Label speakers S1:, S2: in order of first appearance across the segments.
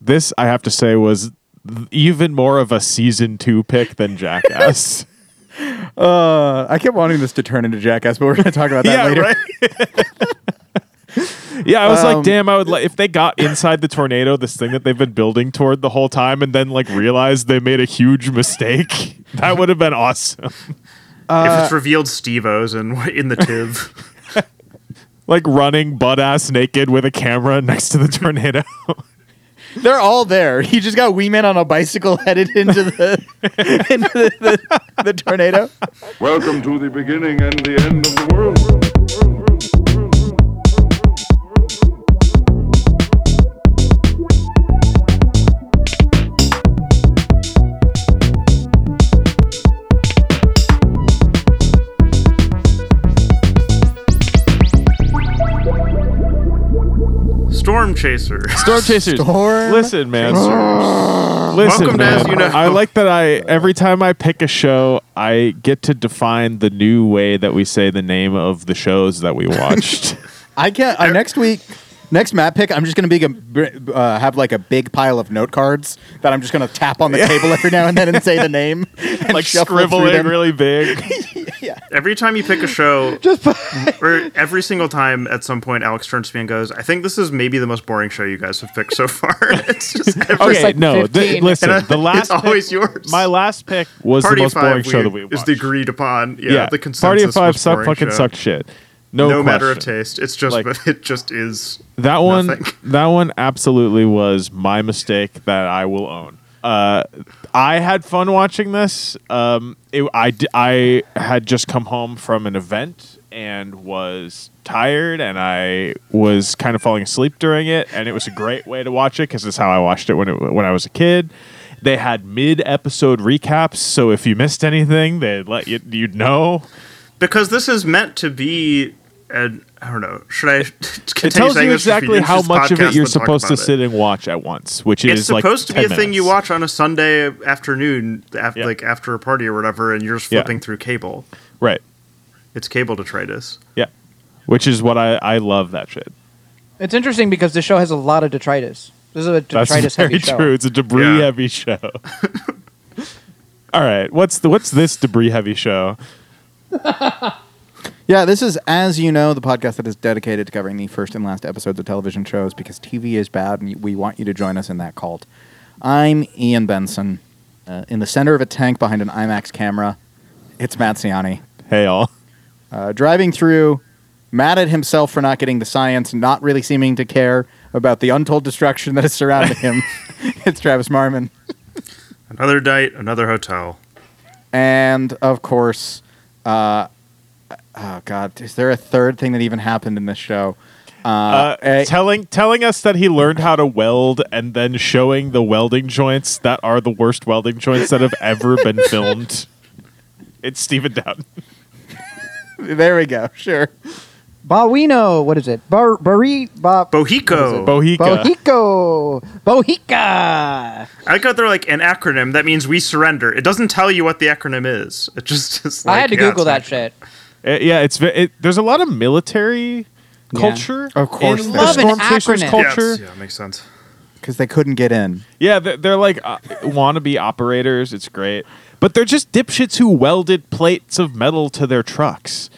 S1: this I have to say was th- even more of a season two pick than Jackass.
S2: Uh, I kept wanting this to turn into Jackass, but we're going to talk about that
S1: yeah,
S2: later.
S1: right. yeah, I was
S2: Um,
S1: like, damn, I would like if they got inside the tornado, this thing that they've been building toward the whole time, and then like realized they made a huge mistake. That would have been awesome.
S3: if
S2: Uh,
S3: it's revealed Steve-O's in, in the Tiv.
S1: like running butt ass naked with a camera next to the tornado.
S2: They're all there. He just got Wee Man on a bicycle headed into the into the, the, the tornado.
S4: Welcome to the beginning and the end of the world.
S3: Storm Chaser.
S1: Storm chasers.
S2: Storm
S1: Listen, man. Listen,
S3: Welcome to
S1: man.
S3: As You Know.
S1: I like that. I every time I pick a show, I get to define the new way that we say the name of the shows that we watched.
S2: I can't. Uh, next week, next map pick, I'm just going to be a br- uh, have like a big pile of note cards that I'm just going to tap on the table every now and then and say the name, and
S1: like
S2: shuffle through
S1: scribbling
S2: them.
S1: really big.
S3: Every time you pick a show,
S2: Just put-
S3: or every single time at some point, Alex turns to me and goes, I think this is maybe the most boring show you guys have picked so far. it's just every
S1: Okay,
S5: like
S1: no.
S5: 15.
S1: Th- listen,
S3: And I-
S1: the last
S3: it's always
S1: pick-
S3: yours.
S1: My last pick was
S3: Party
S1: the
S3: of
S1: most
S3: Five
S1: boring show that we
S3: is
S1: watched.
S3: the agreed upon. Yeah, the consensus.
S1: Party of Five
S3: most
S1: sucked
S3: boring
S1: fucking
S3: show.
S1: sucked shit. No,
S3: No, matter of
S1: question.
S3: taste. It's just
S1: Like-
S3: it just is.
S1: That one,
S3: Nothing.
S1: that one absolutely was my mistake that I will own. Uh, I had fun watching this. Um, it, I, d- I had just come home from an event and was tired, and I was kind of falling asleep during it. And it was a great way to watch it because it's how I watched it when it, when I was a kid. They had mid episode recaps, so if you missed anything, they'd let you you'd know.
S3: Because this is meant to be an I don't know. Should I continue
S1: It tells
S3: saying
S1: you
S3: this just for
S1: exactly
S3: It's
S1: how
S3: just
S1: much of
S3: podcast,
S1: it you're
S3: let's talk
S1: supposed to
S3: about it.
S1: sit and watch at once, which
S3: It's
S1: is like
S3: supposed to be
S1: 10
S3: a thing you
S1: minutes.
S3: watch on a Sunday afternoon, af-
S1: Yeah.
S3: like after a party or whatever, and you're just
S1: Yeah.
S3: flipping through cable.
S1: Right.
S3: It's cable detritus.
S1: Yeah. Which is what I, I love that shit.
S5: It's interesting because the show has a lot of detritus. This is a
S1: That's
S5: detritus
S1: very
S5: heavy
S1: true.
S5: show.
S1: It's a debris
S3: Yeah.
S1: heavy show. All right. What's the what's this debris heavy show?
S2: Yeah, this is as you know the podcast that is dedicated to covering the first and last episodes of television shows because TV is bad, and we want you to join us in that cult. I'm Ian Benson, uh, in the center of a tank behind an IMAX camera. It's Matt Ciani.
S1: Hey all.
S2: uh, driving through, mad at himself for not getting the science, not really seeming to care about the untold destruction that is surrounding him. it's Travis Marmon.
S3: Another night, another hotel.
S2: And of course, uh, oh God, is there a third thing that even happened in this show? Uh,
S1: Uh,
S2: eh,
S1: telling telling us that he learned how to weld and then showing the welding joints that are the worst welding joints that have ever been filmed. It's Stephen Dowden.
S2: there we go. Sure.
S5: Bawino, what is it? Bar- Bari, ba-
S3: Bohico.
S1: Bohica.
S5: Bohico, Bohica.
S3: I got there like an acronym that means we surrender. It doesn't tell you what the acronym is. It just is like,
S5: I had to
S3: yeah,
S5: Google
S3: it's
S5: that
S3: not-
S5: shit.
S1: Uh, yeah, it's ve- it, there's a lot of military
S5: Yeah.
S1: culture.
S2: Of course
S1: in
S2: there is.
S1: the
S5: Love an
S1: Stormchasers
S5: acronym.
S3: Yes,
S1: culture.
S3: yeah, it makes sense.
S2: Because they couldn't get in.
S1: Yeah, they're, they're like uh, wannabe operators. It's great, but they're just dipshits who welded plates of metal to their trucks.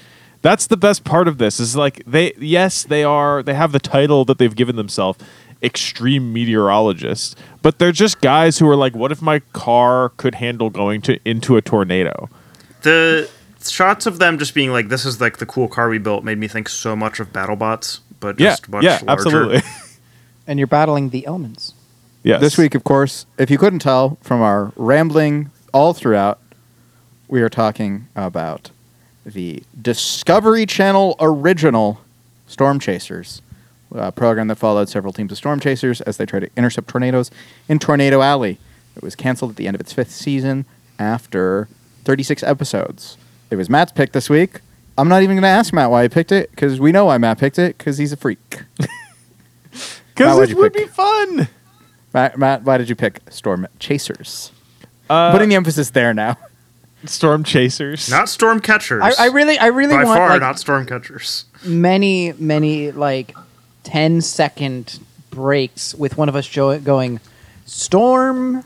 S1: That's the best part of this. Is like they yes they are they have the title that they've given themselves, extreme meteorologists. But they're just guys who are like, what if my car could handle going to into a tornado?
S3: The shots of them just being like, "This is like the cool car we built," made me think so much of BattleBots, but just
S1: yeah,
S3: much
S1: yeah,
S3: larger.
S1: absolutely.
S5: And you're battling the elements.
S1: yes.
S2: This week, of course, if you couldn't tell from our rambling all throughout, we are talking about the Discovery Channel original Storm Chasers, a program that followed several teams of storm chasers as they tried to intercept tornadoes in Tornado Alley. It was canceled at the end of its fifth season after 36 episodes. It was Matt's pick this week. I'm not even going to ask Matt why he picked it because we know why Matt picked it because he's a freak. Matt,
S1: because
S2: what'd
S1: it
S2: you
S1: would
S2: pick?
S1: be fun.
S2: Matt, Matt, why did you pick Storm Chasers?
S1: Uh,
S2: Putting the emphasis there now.
S1: storm chasers.
S3: Not storm catchers.
S5: I, I really, I really
S3: by
S5: want
S3: far
S5: like
S3: not storm catchers.
S5: many, many like 10 second breaks with one of us jo- going, Storm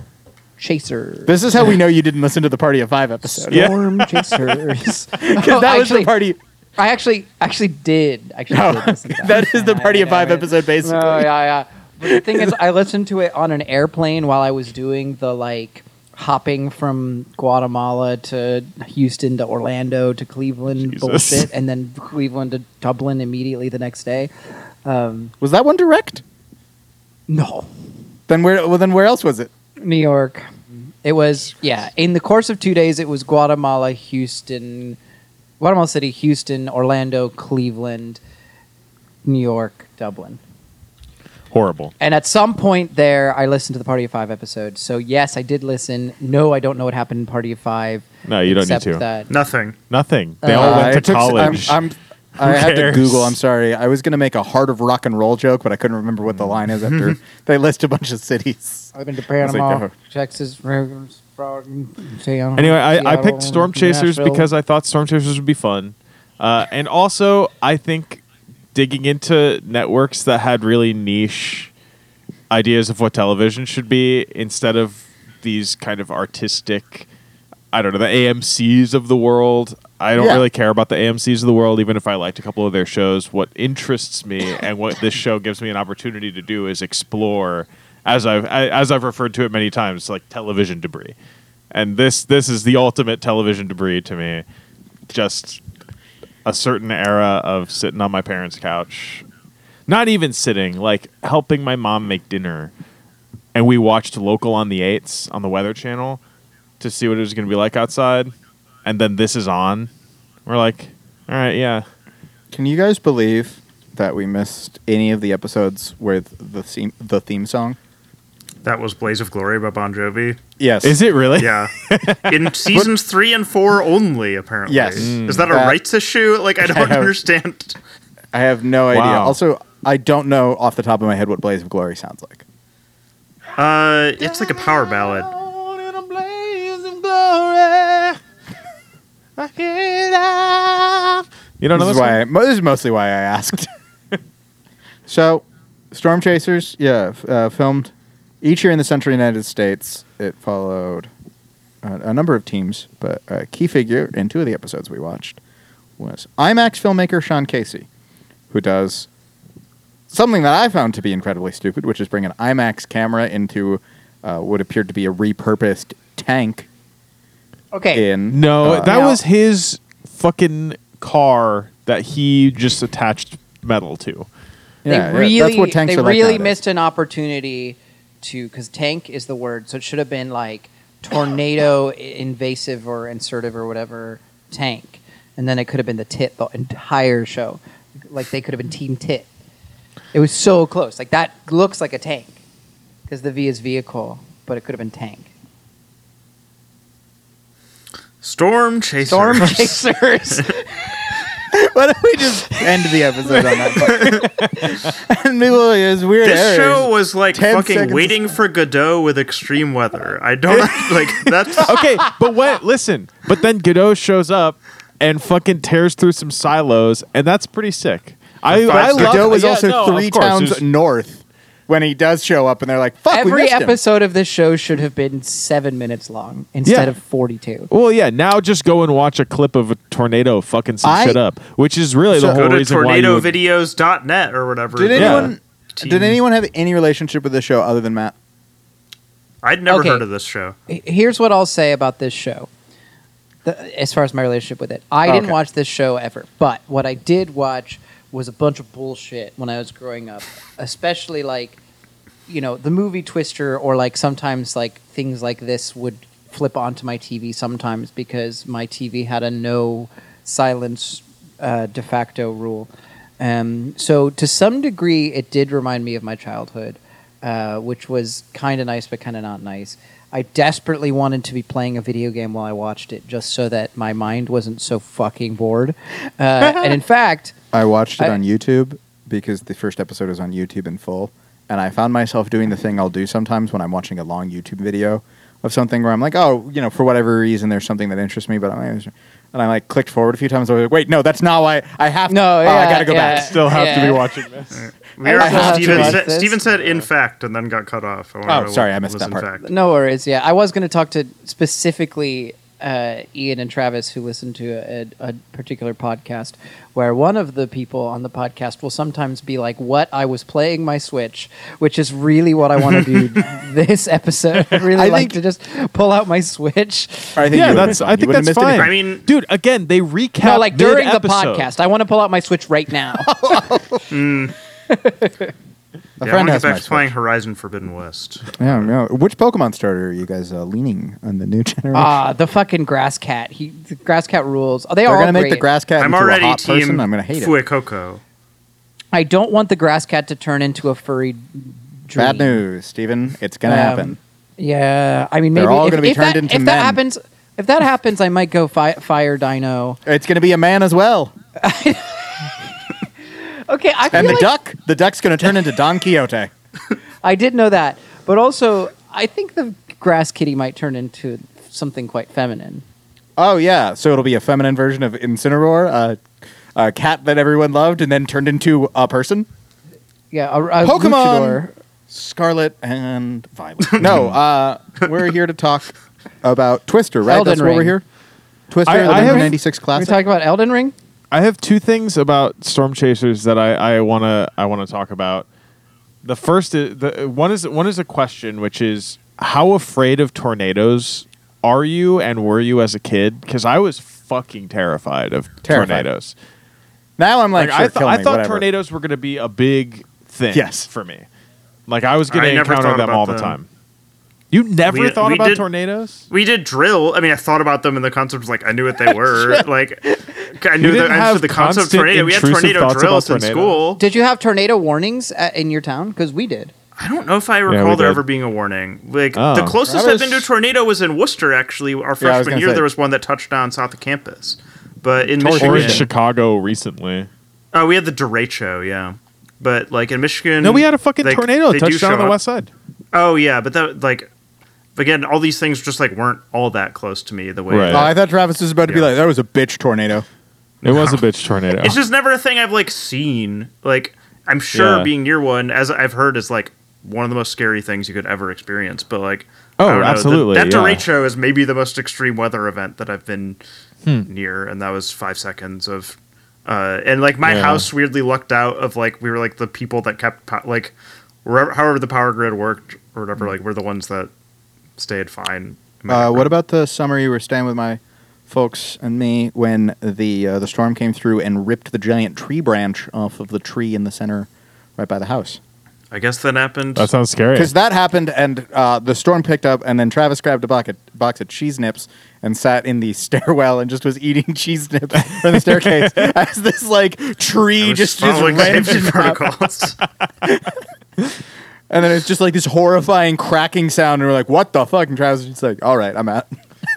S5: Chaser.
S2: This is how we know you didn't listen to the Party of Five episode.
S1: Yeah.
S5: Storm Chasers. Oh,
S2: Because that was the party.
S5: I actually actually did actually
S2: No,
S5: did listen to that.
S2: that is the Party of
S5: Yeah, I
S2: Five
S5: mean-
S2: episode, basically.
S5: No, yeah, yeah. But the thing is, I listened to it on an airplane while I was doing the like hopping from Guatemala to Houston to Orlando to Cleveland
S1: Jesus.
S5: bullshit, and then Cleveland to Dublin immediately the next day. Um,
S2: Was that one direct?
S5: no,
S2: Then where? Well, then where else was it?
S5: New York. It was yeah. In the course of two days, it was Guatemala, Houston, Guatemala City, Houston, Orlando, Cleveland, New York, Dublin.
S1: Horrible.
S5: And at some point there, I listened to the Party of Five episode. So yes, I did listen. No, I don't know what happened in Party of Five.
S1: No, you don't need
S5: except
S1: to.
S2: uh,
S5: That
S3: Nothing.
S1: Nothing. They all
S5: Uh,
S1: went to
S2: it took s-
S1: college.
S2: I'm, I'm, I had to
S1: cares?
S2: Google. I'm sorry. I was going to make a Heart of Rock and Roll joke, but I couldn't remember what the
S1: Mm.
S2: line is after they list a bunch of cities.
S5: I've been to
S2: was like,
S5: Panama,
S2: oh.
S5: Texas, Rivers, Seattle.
S1: Anyway, I, I
S5: Seattle,
S1: picked Storm Chasers
S5: Nashville.
S1: because I thought Storm Chasers would be fun. Uh, and also, I think digging into networks that had really niche ideas of what television should be instead of these kind of artistic, I don't know, the AMCs of the world. I don't
S2: Yeah.
S1: really care about the AMCs of the world, even if I liked a couple of their shows. What interests me and what this show gives me an opportunity to do is explore, as I've I, as I've referred to it many times, like television debris. And this this is the ultimate television debris to me. Just a certain era of sitting on my parents' couch, not even sitting, like helping my mom make dinner, and we watched local on the eights on the Weather Channel to see what it was going to be like outside, and then this is on. We're like, all right, yeah,
S2: Can you guys believe that we missed any of the episodes with the theme, the theme song?
S3: That was Blaze of Glory by Bon Jovi.
S2: Yes.
S1: is it really?
S3: Yeah. In seasons three and four only, apparently.
S2: Yes.
S3: Is that a
S2: That-
S3: rights issue? Like, I don't understand.
S2: I have no idea.
S1: Wow.
S2: Also, I don't know off the top of my head what Blaze of Glory sounds like.
S3: Uh, it's like a power ballad.
S1: You don't know this
S2: this is why
S1: one?
S2: I, mo- this is mostly why I asked. so, Storm Chasers, yeah, f- uh, filmed each year in the central United States. It followed a, a number of teams, but a key figure in two of the episodes we watched was IMAX filmmaker Sean Casey, who does something that I found to be incredibly stupid, which is bring an IMAX camera into uh, what appeared to be a repurposed tank
S5: Okay.
S2: in
S1: No,
S2: uh,
S1: that
S5: No.
S1: was his fucking car that he just attached metal to.
S2: yeah,
S5: they
S2: yeah,
S5: really,
S2: that's what tanks
S5: they
S2: are like
S5: really
S2: nowadays.
S5: missed an opportunity to because tank is the word, so it should have been like tornado i- invasive or insertive or whatever tank, and then it could have been the tit the entire show, like they could have been team tit. It was so close. Like that looks like a tank because the V is vehicle, but it could have been tank.
S3: Storm Chaser.
S5: Storm chasers.
S2: Why don't we just end the episode on that? part? and people, it's weird.
S3: This
S2: errors.
S3: show was like
S2: 10
S3: fucking
S2: seconds.
S3: waiting for Godot with extreme weather. I don't like that's
S1: okay, but what? Listen, but then Godot shows up and fucking tears through some silos, and that's pretty sick. I, I love
S2: Godot was
S1: yeah,
S2: also
S1: no, of
S2: three
S1: course,
S2: towns
S1: there's-
S2: north when he does show up, and they're like, "Fuck, we
S5: Every
S2: missed him."
S5: episode of this show should have been seven minutes long instead
S1: Yeah.
S5: of forty-two.
S1: Well, yeah. Now just go and watch a clip of a tornado fucking some
S2: I-
S1: shit up, which is really
S2: So-
S1: the whole
S3: go to
S1: reason why. you would-
S3: tornadovideos.net or whatever.
S2: Did
S1: Yeah.
S2: anyone? Did anyone have any relationship with the show other than Matt?
S3: I'd never
S5: Okay.
S3: heard of this show.
S5: H- here's what I'll say about this show. The, as far as my relationship with it, I
S2: Oh,
S5: didn't
S2: okay.
S5: watch this show ever, but what I did watch was a bunch of bullshit when I was growing up, especially like, you know, the movie Twister, or like sometimes like things like this would flip onto my TV sometimes because my TV had a no silence uh, de facto rule. Um, so to some degree, it did remind me of my childhood, uh, which was kind of nice, but kind of not nice. I desperately wanted to be playing a video game while I watched it, just so that my mind wasn't so fucking bored. Uh, and in fact,
S2: I watched it
S5: I-
S2: on YouTube because the first episode was on YouTube in full, and I found myself doing the thing I'll do sometimes when I'm watching a long YouTube video of something where I'm like, oh, you know, for whatever reason, there's something that interests me, but I'm like, And I like clicked forward a few times. I was like, wait, no, that's not why I have.
S5: No,
S2: oh, I
S5: yeah,
S2: gotta go
S5: yeah.
S2: back.
S1: Still have to
S5: Yeah.
S1: be watching this.
S3: We
S5: I
S3: are,
S5: also have to
S3: Steven,
S5: watch
S3: said,
S5: this.
S3: Steven said in fact and then got cut off. I wanna
S2: Oh,
S3: know
S2: sorry,
S3: what
S2: I missed
S3: was
S2: that
S3: in
S2: part.
S3: fact.
S5: No worries. Yeah, I was going to talk to specifically uh, Ian and Travis, who listen to a, a, a particular podcast, where one of the people on the podcast will sometimes be like, "What I was playing my Switch," which is really what I want to do this episode. I really
S2: I think-
S5: like to just pull out my Switch.
S2: Or I think
S1: yeah,
S2: you would've
S1: that's.
S2: missed one.
S1: I
S2: You
S1: think
S2: would've
S1: that's
S2: missed
S1: fine.
S2: anything.
S3: I mean-
S1: dude, again, they recap
S5: No, like during the
S1: mid-episode.
S5: podcast, I want to pull out my Switch right now.
S2: A
S3: Yeah, I
S2: friend
S3: want to
S2: has
S3: get back
S2: my
S3: to playing Horizon Forbidden West.
S2: Yeah, no. Which Pokemon starter are you guys uh, leaning on the new generation?
S5: Ah, the fucking grass cat. He the grass cat rules. Oh, they
S2: They're
S5: are all
S2: gonna make
S5: great.
S2: the grass cat
S3: I'm
S2: into
S3: already
S2: a hot
S3: team
S2: person. I'm gonna hate it.
S3: Fuecoco.
S5: I don't want the grass cat to turn into a furry. Dream.
S2: Bad news, Steven. It's gonna
S5: Um,
S2: happen.
S5: Yeah, I mean,
S2: They're
S5: maybe
S2: all
S5: if,
S2: gonna be
S5: if
S2: turned
S5: that,
S2: into
S5: if
S2: men.
S5: that happens, if that happens, I might go fi- fire Dino.
S2: It's gonna be a man as well.
S5: Okay, I feel
S2: And the
S5: like
S2: duck, the duck's gonna turn into Don Quixote.
S5: I did know that, but also I think the grass kitty might turn into something quite feminine.
S2: Oh yeah, so it'll be a feminine version of Incineroar, a, a cat that everyone loved and then turned into a person.
S5: Yeah, a, a
S2: Pokemon
S5: luchador.
S2: Scarlet and Violet. no, uh, we're here to talk about Twister, right?
S5: Elden
S2: That's what we're
S5: Ring.
S2: here. Twister,
S1: I-
S2: the
S1: I have-
S2: 1996
S5: We
S2: classic.
S5: talking about Elden Ring.
S1: I have two things about storm chasers that I, I wanna I wanna talk about. The first is the one is one is a question, which is how afraid of tornadoes are you and were you as a kid? Because I was fucking terrified of
S2: Terrified.
S1: tornadoes.
S2: now I'm like,
S1: Like,
S2: sure,
S1: I, th-
S2: kill
S1: I
S2: me,
S1: thought
S2: whatever.
S1: tornadoes were gonna be a big thing.
S2: Yes.
S1: for me. Like I was gonna
S3: I never
S1: encounter
S3: thought
S1: them
S3: about
S1: all the
S3: them.
S1: time. You never
S3: We-
S1: thought
S3: we
S1: about
S3: did-
S1: tornadoes?
S3: We did drill. I mean, I thought about them and the concept was like I knew what they were. like I knew
S1: didn't
S3: the, I
S1: have
S3: understood the concept of
S1: constant
S3: tornado. We had
S1: intrusive
S3: tornado
S1: thoughts about
S3: drills in
S1: tornadoes?
S3: school.
S5: Did you have tornado warnings at, in your town? Because we did.
S3: I don't know if I
S1: we
S3: recall there
S1: did.
S3: ever being a warning. Like
S1: Oh.
S3: the closest
S2: That
S3: I've been to a
S2: was-
S3: tornado was in Worcester. Actually, our
S2: Yeah, I was
S3: freshman
S2: gonna
S3: year
S2: say.
S3: there was one that touched down south of campus. But in
S2: Torture.
S1: Or in
S2: Yeah.
S3: Michigan,
S1: Chicago recently.
S3: oh, we had the derecho, yeah. But like in Michigan,
S1: No, we had a fucking
S3: they-
S1: tornado
S3: they do
S1: touchdown on
S3: show
S1: the
S3: up.
S1: west side.
S3: Oh yeah, but that like again, all these things just like weren't all that close to me the way.
S1: Right.
S2: Oh, I thought Travis was about to be
S3: Yeah.
S2: like, that was a bitch tornado.
S1: It was a bitch tornado.
S3: It's just never a thing I've like seen. Like I'm sure
S1: Yeah.
S3: being near one, as I've heard, is like one of the most scary things you could ever experience. But like,
S1: Oh,
S3: I don't know. The-
S1: absolutely,
S3: that
S1: yeah.
S3: derecho is maybe the most extreme weather event that I've been
S1: Hmm.
S3: near, and that was five seconds of. Uh, and like my
S1: Yeah.
S3: house weirdly lucked out of like we were like the people that kept po- like wherever however the power grid worked or
S1: Hmm.
S3: whatever like we're the ones that stayed fine.
S2: Uh, what about the summer you were staying with my folks and me when the uh, the storm came through and ripped the giant tree branch off of the tree in the center, right by the house?
S3: I guess that happened.
S1: that sounds scary.
S2: Because that happened, and uh, the storm picked up, and then Travis grabbed a bucket, box of cheese nips and sat in the stairwell and just was eating cheese nips from the staircase as this like
S3: I
S2: tree
S3: was
S2: just just
S3: following safety
S2: rammed up.
S3: protocols.
S2: and then it's just like this horrifying cracking sound, and we're like, "What the fuck?" And Travis is just like, "All right, I'm out."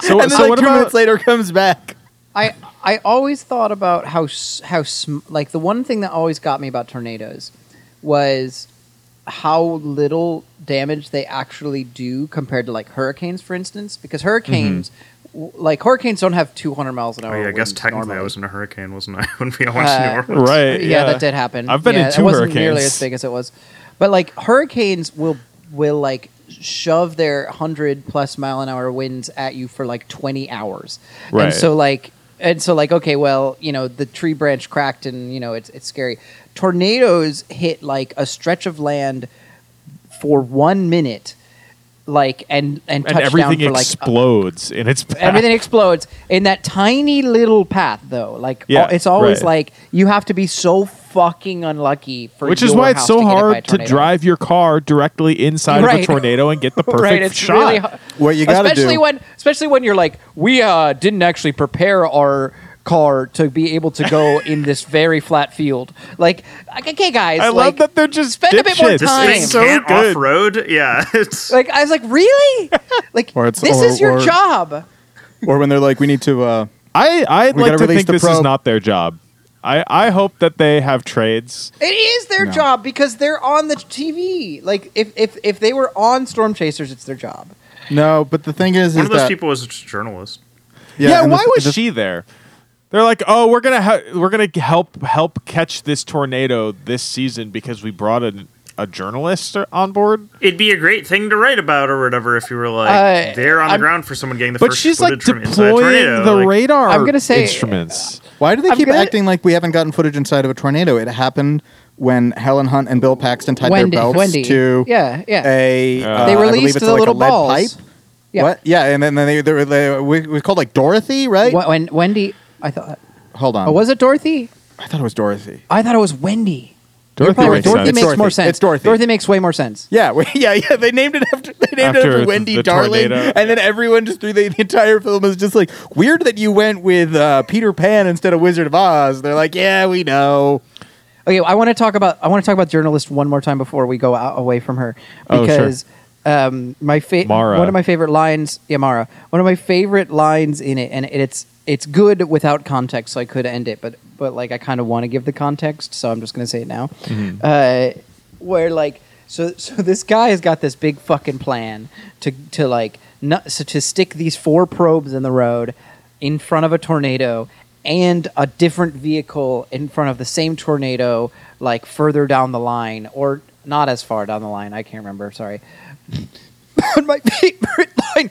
S1: so,
S2: and then
S1: so
S2: like
S1: what
S2: two
S1: about-
S2: minutes later comes back.
S5: I I always thought about how s- how sm- like the one thing that always got me about tornadoes was how little damage they actually do compared to like hurricanes, for instance. Because hurricanes, w- like hurricanes, don't have 200 miles an hour.
S3: Mm-hmm. Oh, yeah, I guess
S5: winds
S3: technically I
S5: normally.
S3: was in a hurricane, wasn't I? When we all went to
S5: Uh,
S3: New Orleans.
S1: Right.
S5: yeah, that did happen.
S1: I've been
S5: yeah,
S1: in two
S5: It wasn't nearly
S1: hurricanes.
S5: as big as it was, but like hurricanes will will like shove their hundred plus mile an hour winds at you for like twenty hours,
S1: Right.
S5: and so like and so like okay, well you know the tree branch cracked and you know it's it's scary. Tornadoes hit like a stretch of land for one minute, like and and,
S1: And
S5: touch
S1: everything
S5: down for like a-
S1: explodes in its path.
S5: everything explodes in that tiny little path though like
S1: Yeah,
S5: al- it's always
S1: right.
S5: like you have to be so fucking unlucky for
S1: which is
S5: your
S1: why it's
S5: house
S1: so
S5: to get hit by a
S1: hard to
S5: tornado.
S1: drive your car directly inside of a
S5: Right.
S1: tornado and get the perfect
S5: right it's
S1: shot.
S5: really hard
S2: What you gotta
S5: especially
S2: do-
S5: when especially when you're like we uh didn't actually prepare our car to be able to go in this very flat field like okay guys
S1: I
S5: like,
S1: love that they're just
S5: spend a bit more
S1: dipshits.
S5: time.
S1: This
S5: This
S1: is
S5: thing
S1: so
S3: can't
S1: good.
S3: off road. Yeah, it's
S5: like i was like really like
S2: Or it's-
S5: this
S2: or-
S5: is your
S2: or-
S5: job
S2: Or when they're like, "We need to." Uh,
S1: I I
S2: We
S1: like
S2: gotta
S1: to
S2: release
S1: think
S2: the
S1: this is
S2: probe.
S1: not their job. I I hope that they have trades.
S5: It is their
S2: No.
S5: job because they're on the TV. Like if if if they were on Storm Chasers, it's their job.
S2: no, but the thing is,
S3: one
S2: is
S3: of those
S2: that
S3: people was a journalist.
S1: Yeah,
S2: and
S1: why
S2: the-
S1: was
S2: the-
S1: she there? They're like, oh, we're gonna ha- we're gonna help help catch this tornado this season because we brought a, a journalist on board.
S3: It'd be a great thing to write about or whatever if you were like
S5: Uh,
S3: there on the
S5: I'm-
S3: ground for someone getting the
S1: But
S3: first
S1: she's like
S3: footage from inside a tornado.
S1: deploying the
S3: like,
S1: radar.
S5: I'm gonna say- uh,
S1: instruments.
S2: Why do they
S5: I'm
S2: keep
S5: gonna-
S2: acting like we haven't gotten footage inside of a tornado? It happened when Helen Hunt and Bill Paxton tied
S5: Wendy,
S2: their belts
S5: Wendy.
S2: to
S5: yeah, yeah.
S2: a.
S1: Uh,
S2: Uh,
S5: they
S2: I believe
S5: released
S2: it's
S5: the
S2: like
S5: little
S2: a lead
S5: balls.
S2: pipe.
S5: Yeah.
S2: What? Yeah, and then they, they, were- they we, we called like Dorothy, right?
S5: Wh- When Wendy, I thought,
S2: Hold on.
S5: oh, was it Dorothy?
S2: I thought it was Dorothy.
S5: I thought it was Wendy.
S1: Dorothy
S5: You're probably
S1: makes
S5: Dorothy
S1: sense.
S5: makes
S2: Dorothy.
S5: more sense.
S2: It's Dorothy.
S5: Dorothy makes way more sense.
S2: Yeah, we, yeah, yeah. They named it after they named
S1: After
S2: it after
S1: the-
S2: Wendy
S1: the
S2: Darling,
S1: tornado.
S2: and then everyone just through the, the entire film is just like weird that you went with uh, Peter Pan instead of Wizard of Oz. They're like, yeah, we know.
S5: Okay, I want to talk about I want to talk about journalist one more time before we go out away from her
S1: Oh, sure.
S5: because um, my fa-
S1: Mara.
S5: one of my favorite lines yeah Mara one of my favorite lines in it and it's it's good without context so I could end it but but like I kind of want to give the context so I'm just gonna say it now uh, where like so so this guy has got this big fucking plan to to like not, so to stick these four probes in the road in front of a tornado and a different vehicle in front of the same tornado like further down the line or not as far down the line i can't remember sorry but my favorite line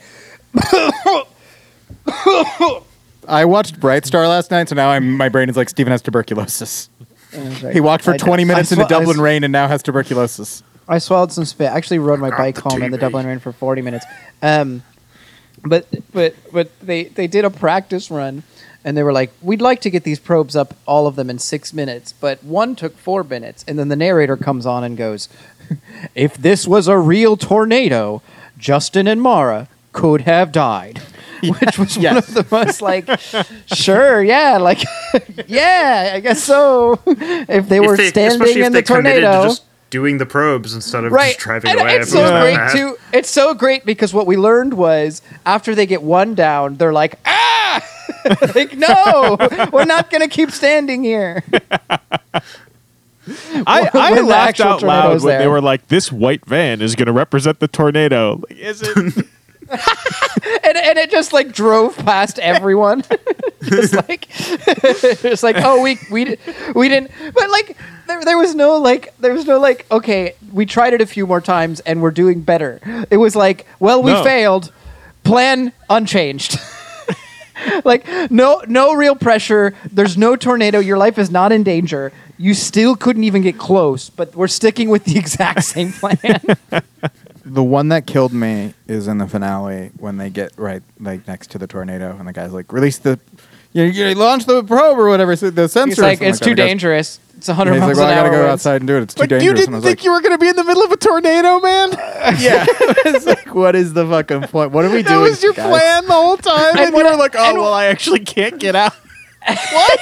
S2: I watched Bright Star last night, so now I'm, my brain is like Steven has tuberculosis. He walked for
S5: I-
S2: 20 minutes
S5: I
S2: in the
S5: swa- I
S2: Dublin
S5: s-
S2: rain and now has tuberculosis.
S5: I swallowed some spit. I actually rode my bike home in the
S3: TV.
S5: Dublin rain for 40 minutes. Um, but but but they they did a practice run, and they were like, "We'd like to get these probes up, all of them in six minutes, but one took four minutes." And then the narrator comes on and goes, "If this was a real tornado, Justin and Mara could have died." Which was one of the most like, sure, yeah, like, yeah, I guess so. If they were
S3: if they,
S5: standing
S3: especially if
S5: in
S3: they
S5: the tornado,
S3: committed to just doing the probes instead of just driving
S5: and
S3: away.
S5: It's
S3: from
S5: so
S3: that
S5: great
S3: map.
S5: too. It's so great because what we learned was after they get one down, they're like, ah, like no, we're not gonna keep standing here.
S1: I, I
S5: when the
S1: laughed
S5: actual
S1: out
S5: tornado
S1: loud
S5: was
S1: when they
S5: there.
S1: were like, "This white van is going to represent the tornado." Like, is it?
S5: And and it just like drove past everyone, just like just like oh we we di- we didn't. But like there there was no like there was no like okay we tried it a few more times and we're doing better. It was like well we
S1: No.
S5: failed, plan unchanged. like no no real pressure there's no tornado your life is not in danger you still couldn't even get close but we're sticking with the exact same plan
S2: The one that killed me is in the finale when they get right like next to the tornado and the guy's like, release the, you, you launch the probe or whatever, so the sensor.
S5: it's
S2: or
S5: like
S2: something
S5: it's
S2: that.
S5: too
S2: And he goes-
S5: dangerous it's
S2: and
S5: 100
S2: He's like,
S5: miles
S2: well, I
S5: an
S2: gotta
S5: hour
S2: go
S5: winds."
S2: outside and do it. It's too
S1: But
S2: dangerous.
S1: you
S2: And I
S1: didn't
S2: was
S1: think you were going to be in the middle of a tornado, man.
S2: like, yeah. it's like, what is the fucking point? What are we
S1: That
S2: doing?
S1: was your
S2: guys?
S1: plan the whole time, and,
S5: And
S1: you
S5: what
S1: were
S5: I-
S1: like, "Oh
S5: and-
S1: well, I actually can't get out."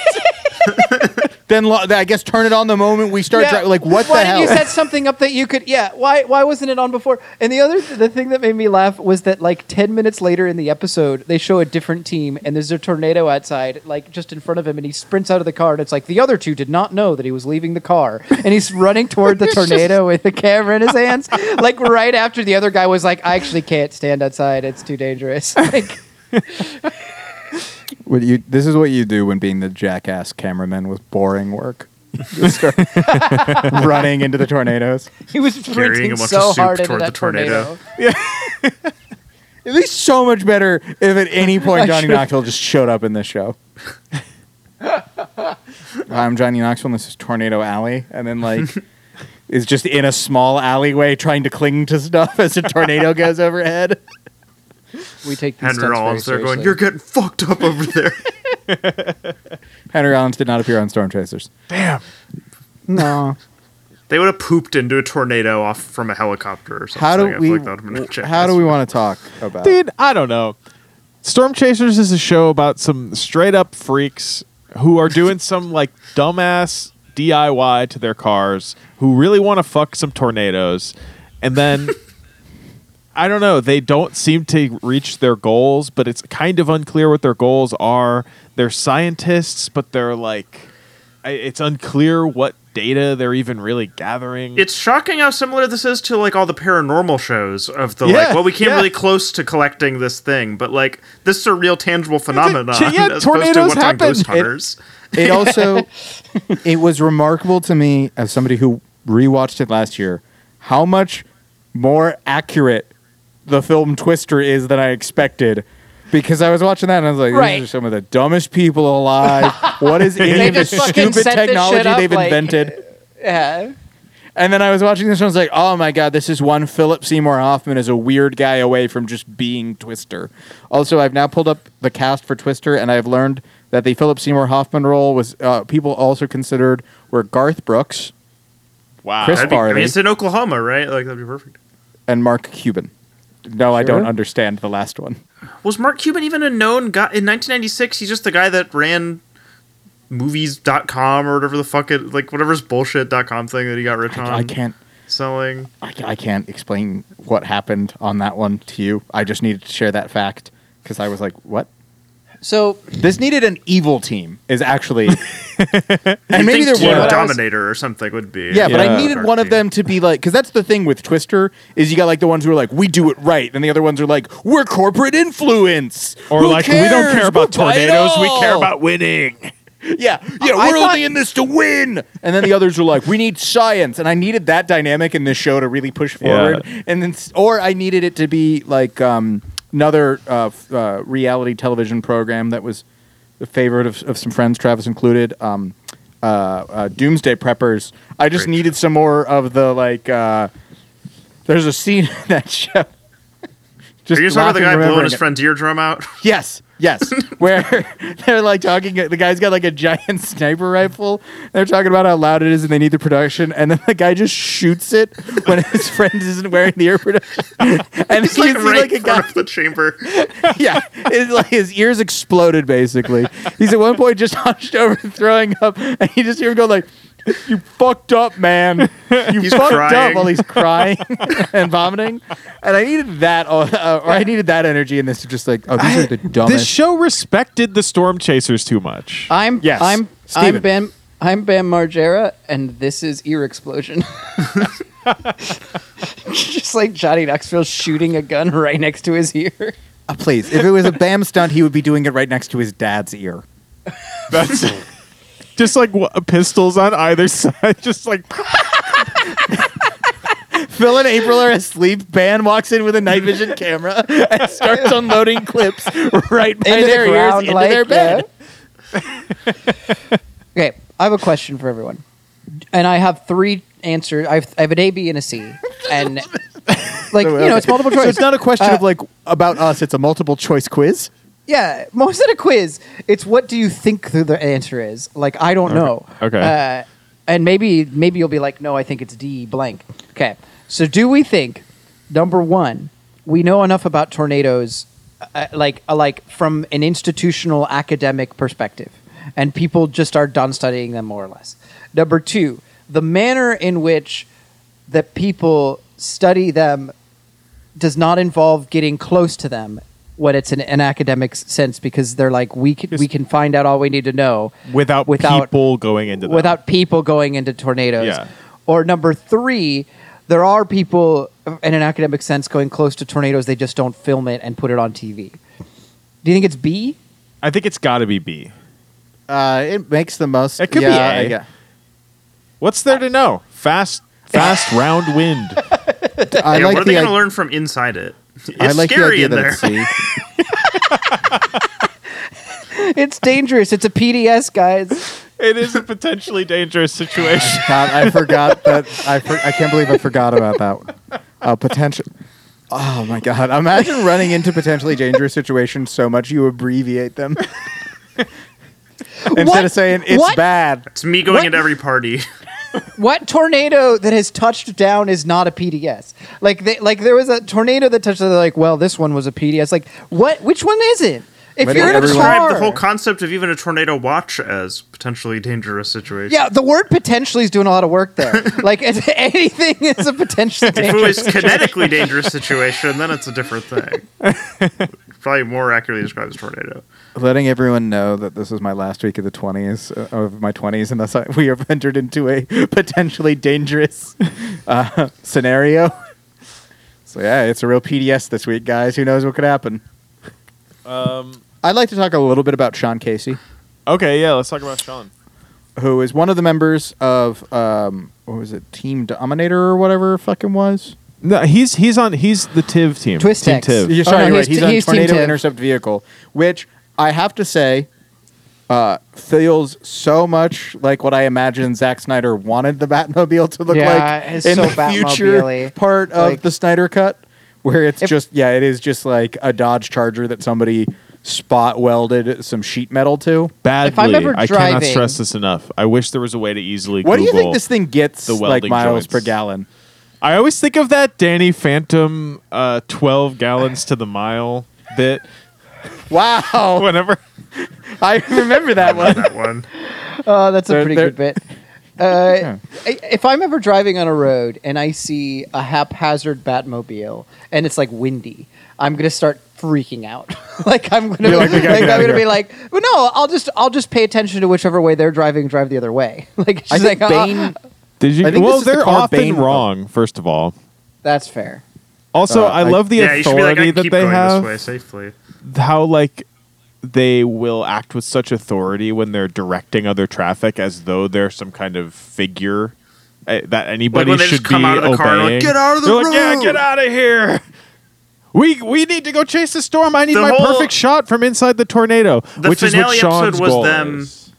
S2: Then lo- I guess turn it on the moment we start.
S5: Yeah.
S2: dri- like, what
S5: why
S2: the hell?
S5: didn't you set something up that you could? Yeah, why why wasn't it on before? And the other the thing that made me laugh was that like ten minutes later in the episode, they show a different team and there's a tornado outside, like just in front of him, and he sprints out of the car, and it's like the other two did not know that he was leaving the car, and he's running toward the tornado with the camera in his hands, like right after the other guy was like, I actually can't stand outside; it's too dangerous. Like,
S2: What you, this is what you do when being the jackass cameraman with boring work. Just start running into the tornadoes.
S5: he was
S3: Carrying
S5: sprinting
S3: a bunch
S5: so
S3: of soup
S5: hard into
S3: toward
S5: that
S3: the tornado.
S5: tornado.
S2: It'd be so much better if at any point Johnny Knoxville just showed up in this show. I'm Johnny Knoxville, and this is Tornado Alley, and then like is just in a small alleyway trying to cling to stuff as a tornado goes overhead.
S5: We take these
S3: Henry
S5: stunts very
S3: Rollins, they're going,
S5: seriously.
S3: "You're getting fucked up over there."
S2: Henry Rollins did not appear on Storm Chasers.
S1: Damn.
S5: no."
S3: they would have pooped into a tornado off from a helicopter or something.
S2: How
S3: I
S2: do
S3: feel
S2: we?
S3: like that would've been a jackass
S2: how do we want to talk about?
S1: dude i don't know storm chasers is a show about some straight up freaks who are doing some like dumbass diy to their cars who really want to fuck some tornadoes and then i don't know they don't seem to reach their goals but it's kind of unclear what their goals are they're scientists but they're like I- it's unclear what data they're even really gathering.
S3: It's shocking how similar this is to like all the paranormal shows of the like.
S1: Yeah,
S3: Well, we came
S1: yeah.
S3: really close to collecting this thing, but like this is a real tangible phenomenon
S1: yeah,
S3: as opposed to
S1: tornadoes
S3: what's on Ghost
S1: happen. It-
S3: Hunters.
S2: It also it was remarkable to me as somebody who rewatched it last year how much more accurate the film Twister is than I expected. Because I was watching that and I was like, "These
S5: Right.
S2: are some of the dumbest people alive. what is any
S5: They
S2: of the
S5: just fucking
S2: stupid
S5: set this shit
S2: technology
S5: up,
S2: they've
S5: like-
S2: invented?"
S5: Yeah.
S2: And then I was watching this and I was like, "Oh my god, this is one Philip Seymour Hoffman is a weird guy away from just being Twister." Also, I've now pulled up the cast for Twister, and I've learned that the Philip Seymour Hoffman role was uh, people also considered were Garth Brooks
S1: wow.
S2: Chris-
S3: That'd be- I
S2: Farley.
S3: mean, it's in Oklahoma, right? Like that'd be perfect.
S2: and Mark Cuban. No, I don't
S5: Sure.
S2: understand the last one.
S3: Was Mark Cuban even a known guy in 1996? He's just the guy that ran movies.com or whatever the fuck it like whatever's bullshit.com thing that he got rich on
S2: I, I can't.
S3: selling.
S2: I, I can't explain what happened on that one to you. I just needed to share that fact because I was like, "What?"
S5: So
S2: This needed an evil team. Is actually,
S3: You'd
S2: and maybe
S3: think
S2: there
S3: Team
S2: were.
S3: Dominator or something would be.
S2: Yeah, but I
S1: Yeah.
S2: needed one of them to be like, because that's the thing with Twister is you got like the ones who are like, we do it right, and the other ones are like, we're corporate influence,
S1: or
S2: Who
S1: like we don't
S2: cares?
S1: care about
S2: We'll buy it
S1: tornadoes, we
S2: all."
S1: care about winning.
S2: yeah, yeah,
S5: I
S2: we're
S5: thought-
S2: only in this to win, and then the others are like, we need science, and I needed that dynamic in this show to really push
S1: Yeah.
S2: forward, and then s- or I needed it to be like um, another uh, f- uh, reality television program that was a favorite of, of some friends, Travis included. Um, uh, uh, Doomsday Preppers. I just
S3: Great
S2: needed some more of the like. Uh, there's a scene in that show. Just
S3: Are you talking about the
S2: laughing
S3: guy blowing
S2: remembering
S3: his
S2: it.
S3: friend's eardrum out?
S2: Yes, yes. Where they're like talking, the guy's got like a giant sniper rifle. They're talking about how loud it is and they need the production. And then the guy just shoots it when his friend isn't wearing the ear production. And
S3: It's
S2: you
S3: like
S2: see
S3: right
S2: like a
S3: in front
S2: guy.
S3: of the chamber.
S2: Yeah. It's like his ears exploded basically. He's at one point just hunched over throwing up. And you just hear him go like, you fucked up, man. You
S3: He's
S2: fucked up
S3: crying.
S2: while he's crying and vomiting. And I needed that, uh, or I needed that energy in this to just like, oh, these are the dumbest.
S1: This show respected the storm chasers too much.
S5: I'm
S2: Yes.
S5: I'm
S2: Steven.
S5: I'm Bam I'm Bam Margera, and this is Ear Explosion. Just like Johnny Knoxville shooting a gun right next to his ear.
S2: Uh, please, if it was a BAM stunt, he would be doing it right next to his dad's ear.
S1: That's just like wha- pistols on either side, just like
S2: Phil and April are asleep. BAM walks in with a night vision camera and starts unloading clips right by
S5: Into the
S2: their ears
S5: ground,
S2: into
S5: like,
S2: their bed.
S5: Okay, I have a question for everyone, and I have three answers. I have, I have an A, B, and a C, and like you know, it's multiple choice.
S2: So it's not a question of like about us. It's a multiple choice quiz.
S5: Yeah, more than a quiz. It's what do you think the, the answer is? Like I don't know.
S1: Okay.
S5: Uh, and maybe maybe you'll be like, no, I think it's D blank. Okay. So do we think number one, we know enough about tornadoes, uh, like uh, like from an institutional academic perspective, and people just are done studying them more or less. Number two, the manner in which that people study them does not involve getting close to them when it's in an academic s- sense because they're like we can, we can find out all we need to know
S1: without,
S5: without
S1: people going into them.
S5: without people going into tornadoes
S1: Yeah.
S5: or number 3 there are people uh, in an academic sense going close to tornadoes they just don't film it and put it on TV do you think it's B
S1: I think it's got to be B.
S2: Uh, it makes the most.
S1: It could be
S2: yeah,
S1: A.
S2: I gue-
S1: What's there to know? Fast, fast round wind.
S2: I
S3: yeah,
S2: like
S3: what are
S2: the
S3: they going to
S2: i-
S3: learn from inside it? It's
S2: I like the idea
S3: scary in
S2: that
S3: there.
S2: it's C.
S5: it's dangerous it's a PDS guys
S1: It is a potentially dangerous situation.
S2: God, I forgot that. I for, I can't believe I forgot about that. one. Uh, potential. Oh my God! Imagine running into potentially dangerous situations so much you abbreviate them. Instead
S5: What?
S2: of saying it's
S5: What?
S2: bad,
S3: It's me going
S5: What?
S3: into every party.
S5: what tornado that has touched down is not a PDS? Like, they, like there was a tornado that touched. They're like, well, this one was a PDS. Like, what? Which one is it? If
S2: Why
S5: you're in
S2: didn't
S5: a
S2: everyone-
S5: car,
S3: Describe the whole concept of even a tornado watch as potentially dangerous situation.
S5: yeah, the word potentially is doing a lot of work there. like, it's- anything is a potentially
S3: If it
S5: dangerous.
S3: was kinetically dangerous situation, then it's a different thing. probably more accurately described as tornado.
S2: Letting everyone know that this is my last week of the 20s, uh, of my 20s, and thus I, we have entered into a potentially dangerous uh, scenario. So, yeah, it's a real PDS this week, guys. Who knows what could happen?
S1: Um,
S2: I'd like to talk a little bit about Sean Casey,
S1: okay, yeah, let's talk about Sean.
S2: who is one of the members of, um, what was it, Team Dominator or whatever it fucking was?
S1: No, he's he's on he's the Tiv team.
S5: Twist
S1: team
S5: X.
S1: Tiv.
S2: You're sorry,
S5: no,
S2: you're
S5: he's
S2: right. Oh, He's
S5: t-
S2: on
S5: he's Team
S2: tornado
S5: Tiv.
S2: intercept vehicle, which I have to say uh, feels so much like what I imagine Zack Snyder wanted the Batmobile to look
S5: Yeah,
S2: like
S5: it's
S2: in
S5: so
S2: the future
S5: Batmobile-y.
S2: part of
S5: Like-
S2: the Snyder cut, where it's
S5: If-
S2: just yeah, it is just like a Dodge Charger that somebody spot welded some sheet metal to.
S1: Badly.
S5: If I'm ever
S1: I cannot
S5: driving-
S1: stress this enough. I wish there was a way to easily.
S2: What do you
S1: Google-
S2: think this thing gets
S1: the
S2: like
S1: welding
S2: miles per
S1: joints.
S2: gallon?
S1: I always think of that Danny Phantom uh, twelve gallons to the mile bit.
S2: Wow,
S1: Whenever
S2: I remember that one.
S3: That one.
S5: Oh, that's a
S2: They're-
S5: pretty
S2: they're-
S5: good bit. Uh, I If I'm ever driving on a road and I see a haphazard Batmobile and it's like windy, I'm gonna start freaking out. like I'm gonna,
S2: like, we gotta
S5: like,
S2: get
S5: I'm
S2: outta
S5: gonna be
S2: here.
S5: like, well, no, I'll just I'll just pay attention to whichever way they're driving, and drive the other way. like it's
S2: I
S5: just
S2: think
S5: like, uh,
S2: Bane.
S1: did you?
S2: I think
S1: well,
S2: this is the
S1: they're
S2: car
S1: often
S2: Bane-
S1: wrong. First of all,
S5: that's fair.
S1: also
S2: Uh,
S1: I
S2: I-
S1: love the
S3: yeah, you should be like,
S1: authority
S3: I
S1: that
S3: keep
S1: they
S3: going
S1: have.
S3: this way safely.
S1: how like they will act with such authority when they're directing other traffic as though they're some kind of figure uh, that anybody
S3: when they just
S1: should
S3: come
S1: be
S3: out of the
S1: obeying.
S3: car and like, "Get out of the
S1: They're like, yeah,
S3: road!"
S1: get out of here. We we need to go chase the storm. I need
S3: The
S1: my
S3: whole-
S1: perfect shot from inside the tornado,
S3: The
S1: which is what
S3: finale episode
S1: Sean's
S3: was
S1: goal
S3: them-
S1: is.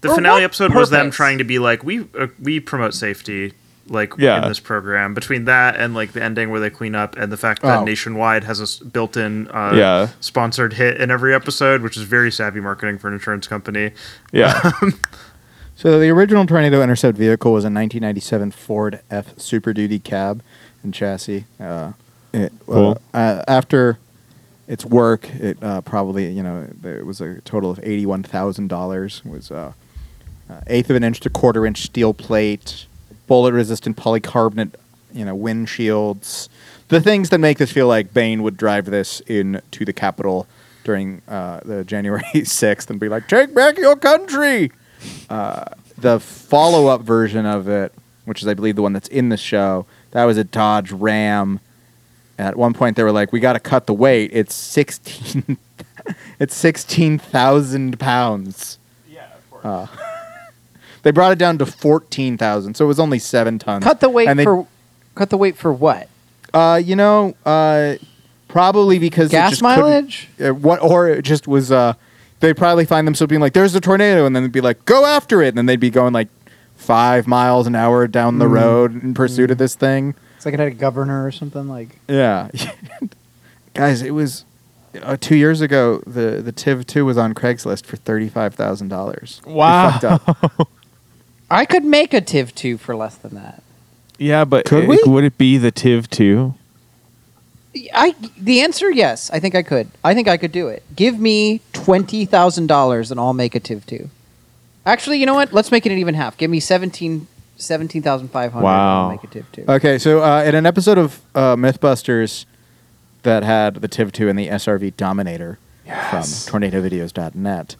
S3: The
S5: For what
S3: finale episode was them
S5: purpose?
S3: trying to be like, we uh, we promote safety, like
S1: Yeah.
S3: in this program. Between that and like the ending where they clean up, and the fact that
S2: Oh.
S3: Nationwide has a s- built-in uh,
S1: Yeah.
S3: sponsored hit in every episode, which is very savvy marketing for an insurance company.
S1: Yeah,
S2: So the original Tornado Intercept vehicle was a 1997 Ford F Super Duty cab and chassis. Uh, it,
S1: Cool.
S2: uh, uh, after its work, it uh, probably you know it was a total of eighty-one thousand dollars. Was uh, uh, eighth of an inch to quarter inch steel plate, bullet-resistant polycarbonate, you know, windshields, the things that make this feel like Bane would drive this in to the Capitol during uh, the January sixth and be like, "Take back your country." the follow up version of it, which is I believe the one that's in the show, that was a Dodge Ram. At one point, they were like, "We got to cut the weight. It's sixteen. it's sixteen thousand pounds." Yeah, of course. they brought it down to fourteen thousand, so it was only seven tons.
S5: Cut the weight
S2: And they-
S5: for cut the weight for what?
S2: uh, you know, uh, probably because it
S5: Gas
S2: just couldn't-
S5: mileage?
S2: uh, what or it just was uh they probably find themselves being like there's a tornado and then they'd be like go after it and then they'd be going like five miles an hour down the road in pursuit of this thing
S5: It's like it had a governor or something. Like
S2: yeah guys it was uh, two years ago the the tiv 2 was on craigslist for $35000 We
S1: Wow.
S2: fucked up.
S5: I could make a Tiv two for less than that.
S1: yeah, but
S2: Could
S1: it-
S2: we?
S1: would it be the Tiv too?
S5: I the answer yes. I think I could. I think I could do it. Give me twenty thousand dollars and I'll make a Tiv two. Actually, you know what? Let's make it an even half. Give me seventeen seventeen thousand five hundred.
S1: Wow.
S5: I'll make a Tiv two.
S2: okay so uh, in an episode of uh, mythbusters that had the tiv 2 and the srv dominator
S1: Yes.
S2: from tornadovideos.net.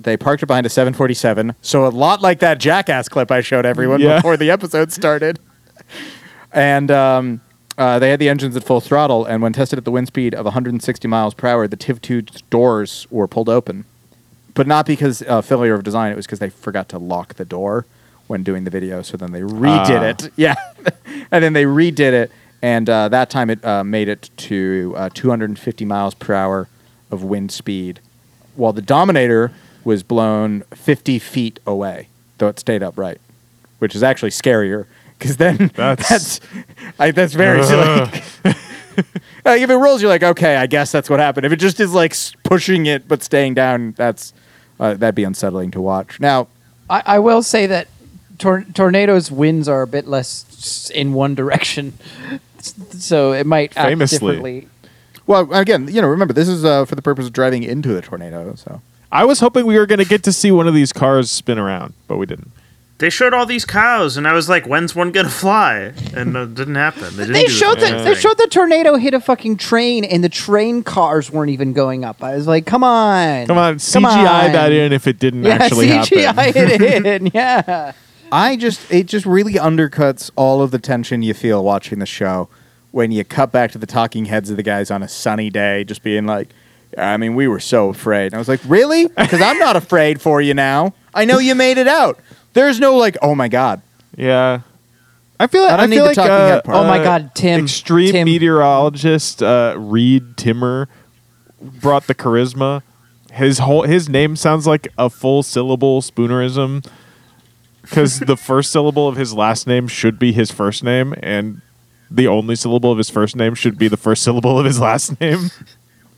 S2: They parked it behind a 747, so a lot like that jackass clip I showed everyone
S1: Yeah.
S2: before the episode started. and um, uh, they had the engines at full throttle, and when tested at the wind speed of 160 miles per hour, the Tiv 2 doors were pulled open. But not because uh, failure of design, it was because they forgot to lock the door when doing the video, so then they redid
S1: Ah.
S2: it. Yeah. and then they redid it, and uh, that time it uh, made it to uh, 250 miles per hour of wind speed, while the Dominator was blown 50 feet away, though it stayed upright, which is actually scarier because then
S1: That's-
S2: that's that's, I, that's very silly. like, if it rolls, you're like, okay, I guess that's what happened. If it just is like s- pushing it but staying down, that's uh, that'd be unsettling to watch. Now,
S5: I, I will say that tor- tornadoes' winds are a bit less in one direction, so it might act
S1: Famously.
S5: differently.
S2: well, again, you know, remember this is uh, for the purpose of driving into the tornado. So
S1: I was hoping we were going to get to see one of these cars spin around, but we didn't.
S3: they showed all these cows, and I was like, when's one gonna fly? And it didn't happen. They, didn't
S5: They
S3: do
S5: showed
S3: that
S5: the they
S3: thing.
S5: showed the tornado hit a fucking train and the train cars weren't even going up. I was like, come on,
S1: Come on, CGI that in if it didn't
S5: Yeah,
S1: actually
S5: CGI
S1: happen.
S5: it in. Yeah,
S2: I just it just really undercuts all of the tension you feel watching the show when you cut back to the talking heads of the guys on a sunny day, just being like, "I mean, we were so afraid." And I was like, "Really?" Because I'm not afraid for you now. I know you made it out. There's no like, "Oh my god."
S1: Yeah. I feel like
S2: I
S1: I,
S2: don't need
S1: feel
S2: the
S1: like
S2: talking
S1: uh,
S2: head part.
S5: Oh my
S1: uh,
S5: God, Tim.
S1: extreme
S5: Tim.
S1: meteorologist uh, Reed Timmer brought the charisma. His whole his name sounds like a full syllable spoonerism because the first syllable of his last name should be his first name, and the only syllable of his first name should be the first syllable of his last name.